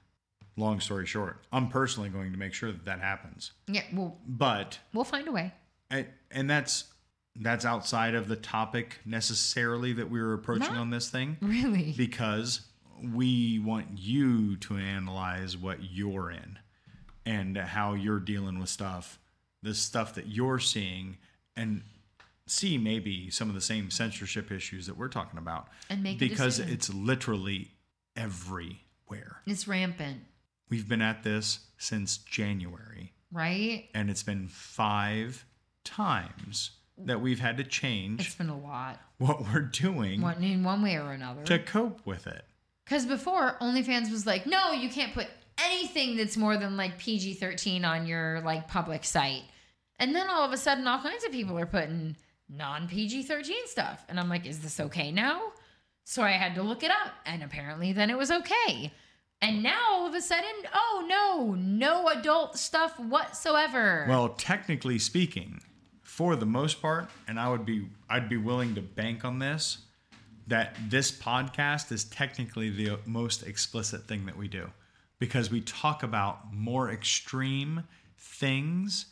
long story short, I'm personally going to make sure that that happens.
Yeah, we'll,
But
we'll find a way.
and, and that's that's outside of the topic necessarily that we were approaching
Not
on this thing
Really?
because we want you to analyze what you're in and how you're dealing with stuff, the stuff that you're seeing, and see maybe some of the same censorship issues that we're talking about.
And make a
because
decision.
it's literally everywhere.
It's rampant,
We've been at this since January,
right?
and it's been five times that we've had to change
It's been a lot,
what we're doing
one in one way or another.
to cope with it.
Because before, OnlyFans was like, no, you can't put anything that's more than like PG 13 on your like public site. And then all of a sudden, all kinds of people are putting non PG 13 stuff. And I'm like, is this okay now? So I had to look it up. And apparently, then it was okay. And now all of a sudden, oh no, no adult stuff whatsoever.
Well, technically speaking, for the most part, and I would be I'd be willing to bank on this that this podcast is technically the most explicit thing that we do because we talk about more extreme things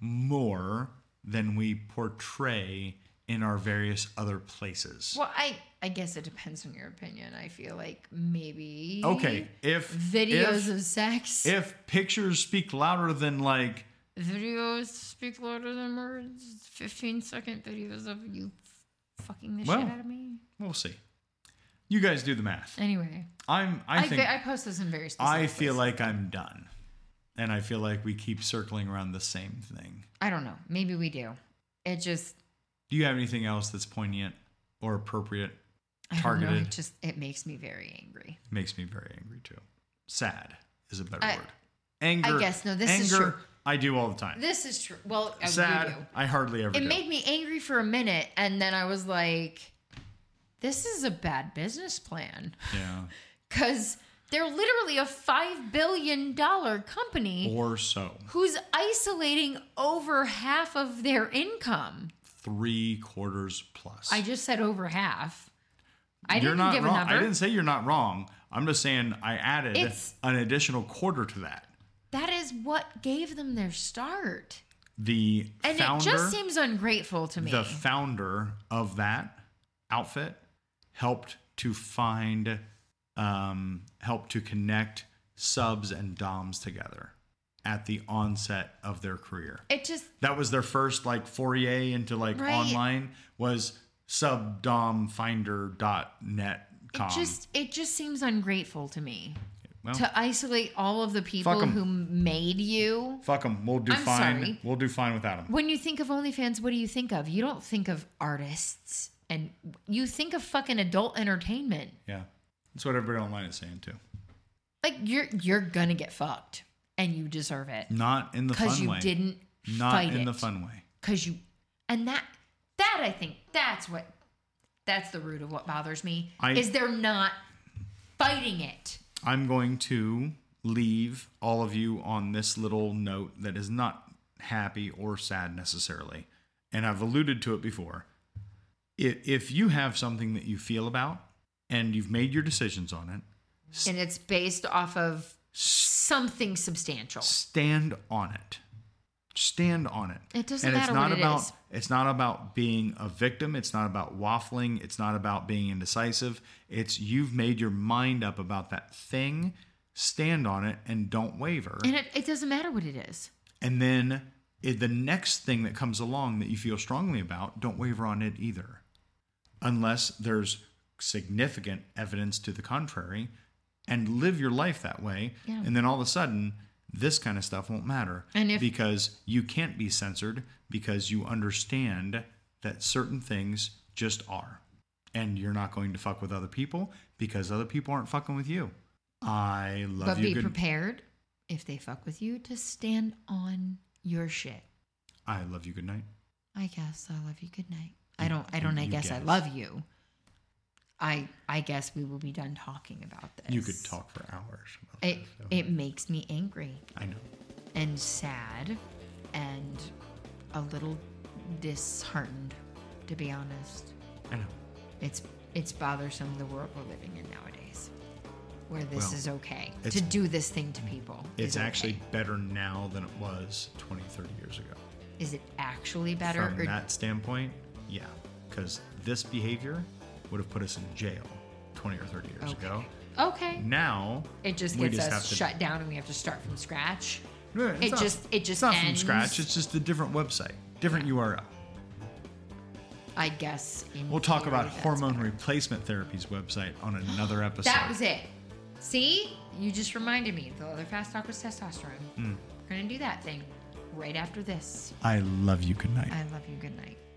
more than we portray in our various other places.
well I, I guess it depends on your opinion. I feel like maybe.
Okay, if
Videos
if,
of sex.
if pictures speak louder than like
videos speak louder than words. 15 second videos of you f- fucking the
Well.
shit out of me.
we'll see. You guys do the math.
Anyway,
I'm I,
I,
think
fa- I post this in very specific
I feel
places.
like I'm done. And I feel like we keep circling around the same thing.
I don't know. Maybe we do. It just
Do you have anything else that's poignant or appropriate?
I Don't know,
Targeted.
it just it makes me very angry.
Makes me very angry too. Sad is a better
I-
word. Anger.
guess, no, this
anger,
is true.
I do all the time.
This is true. Well, I- you
Sad.
do.
I hardly ever
It
do.
made me angry for a minute, and then I was like, "This is a bad business plan,"
yeah.
because they're literally a five billion dollar company.
Or so.
who's isolating over half of their income.
Three quarters plus.
I just said over half. I
you're
didn't
not
give
wrong.
a
I
number.
didn't say you're not wrong. I'm just saying I added
It's-
an additional quarter to that.
That is what gave them their start.
The
And
founder
it just seems ungrateful to me.
the founder of that outfit helped to find um, helped to connect subs and doms together at the onset of their career
it just
that was their first like foray into like
Right.
online was subdomfinder.net
it just it just seems ungrateful to me
well,
to isolate all of the people
Fuck 'em.
who made you.
fuck them we'll do
I'm
fine
sorry.
we'll do fine without them
When you think of OnlyFans, what do you think of? You don't think of artists and you think of fucking adult entertainment.
yeah that's what everybody online is saying too
Like you're you're gonna get fucked and you deserve it.
not in the fun
because you
way
didn't
not
fight
in
it.
the fun way
because you and that that i think that's what that's the root of what bothers me
I-
is they're not fighting it
I'm going to leave all of you on this little note that is not happy or sad necessarily. And I've alluded to it before. I- If you have something that you feel about and you've made your decisions on it,
and it's based off of something substantial
stand on it. Stand on it.
It doesn't
and it's
matter
not
what it
about
is.
it's not about being a victim, it's not about waffling, it's not about being indecisive. It's you've made your mind up about that thing. Stand on it and don't waver.
and it, it doesn't matter what it is
And then i- the next thing that comes along that you feel strongly about, don't waver on it either. Unless there's significant evidence to the contrary, and live your life that way.
Yeah.
And then all of a sudden, this kind of stuff won't matter
And if-
because you can't be censored because you understand that certain things just are. And you're not going to fuck with other people because other people aren't fucking with you. I love
but
you.
be
good-
prepared if they fuck with you to stand on your shit
I love you. Good night.
i guess i love you good night i don't i don't i
you
guess, i
guess.
love you i i guess we will be done talking about this
You could talk for hours. About
it
this, so-
it makes me angry
I know.
and sad and a little disheartened to be honest
I know.
it's it's bothersome the world we're living in nowadays where this
Well,
is okay to
it's-
do this thing to people is
It's
okay.
actually better now than it was 20, 30 years ago.
Is it actually better?
From
or
that standpoint, yeah, because this behavior would have put us in jail 20 or 30 years ago.
okay,
Now
it just
we
gets
have
us
to-
shut down, and we have to start from scratch.
No, it's
It just- it just
it's not
ends.
from scratch. It's just a different website, different URL.
I guess. In
We'll talk
theory,
about
that's
hormone
better.
replacement therapies website on another episode.
That was it. See, you just reminded me. The other fast talk was testosterone. We're gonna do that thing right after this.
I love you. Good night.
I love you. Good night.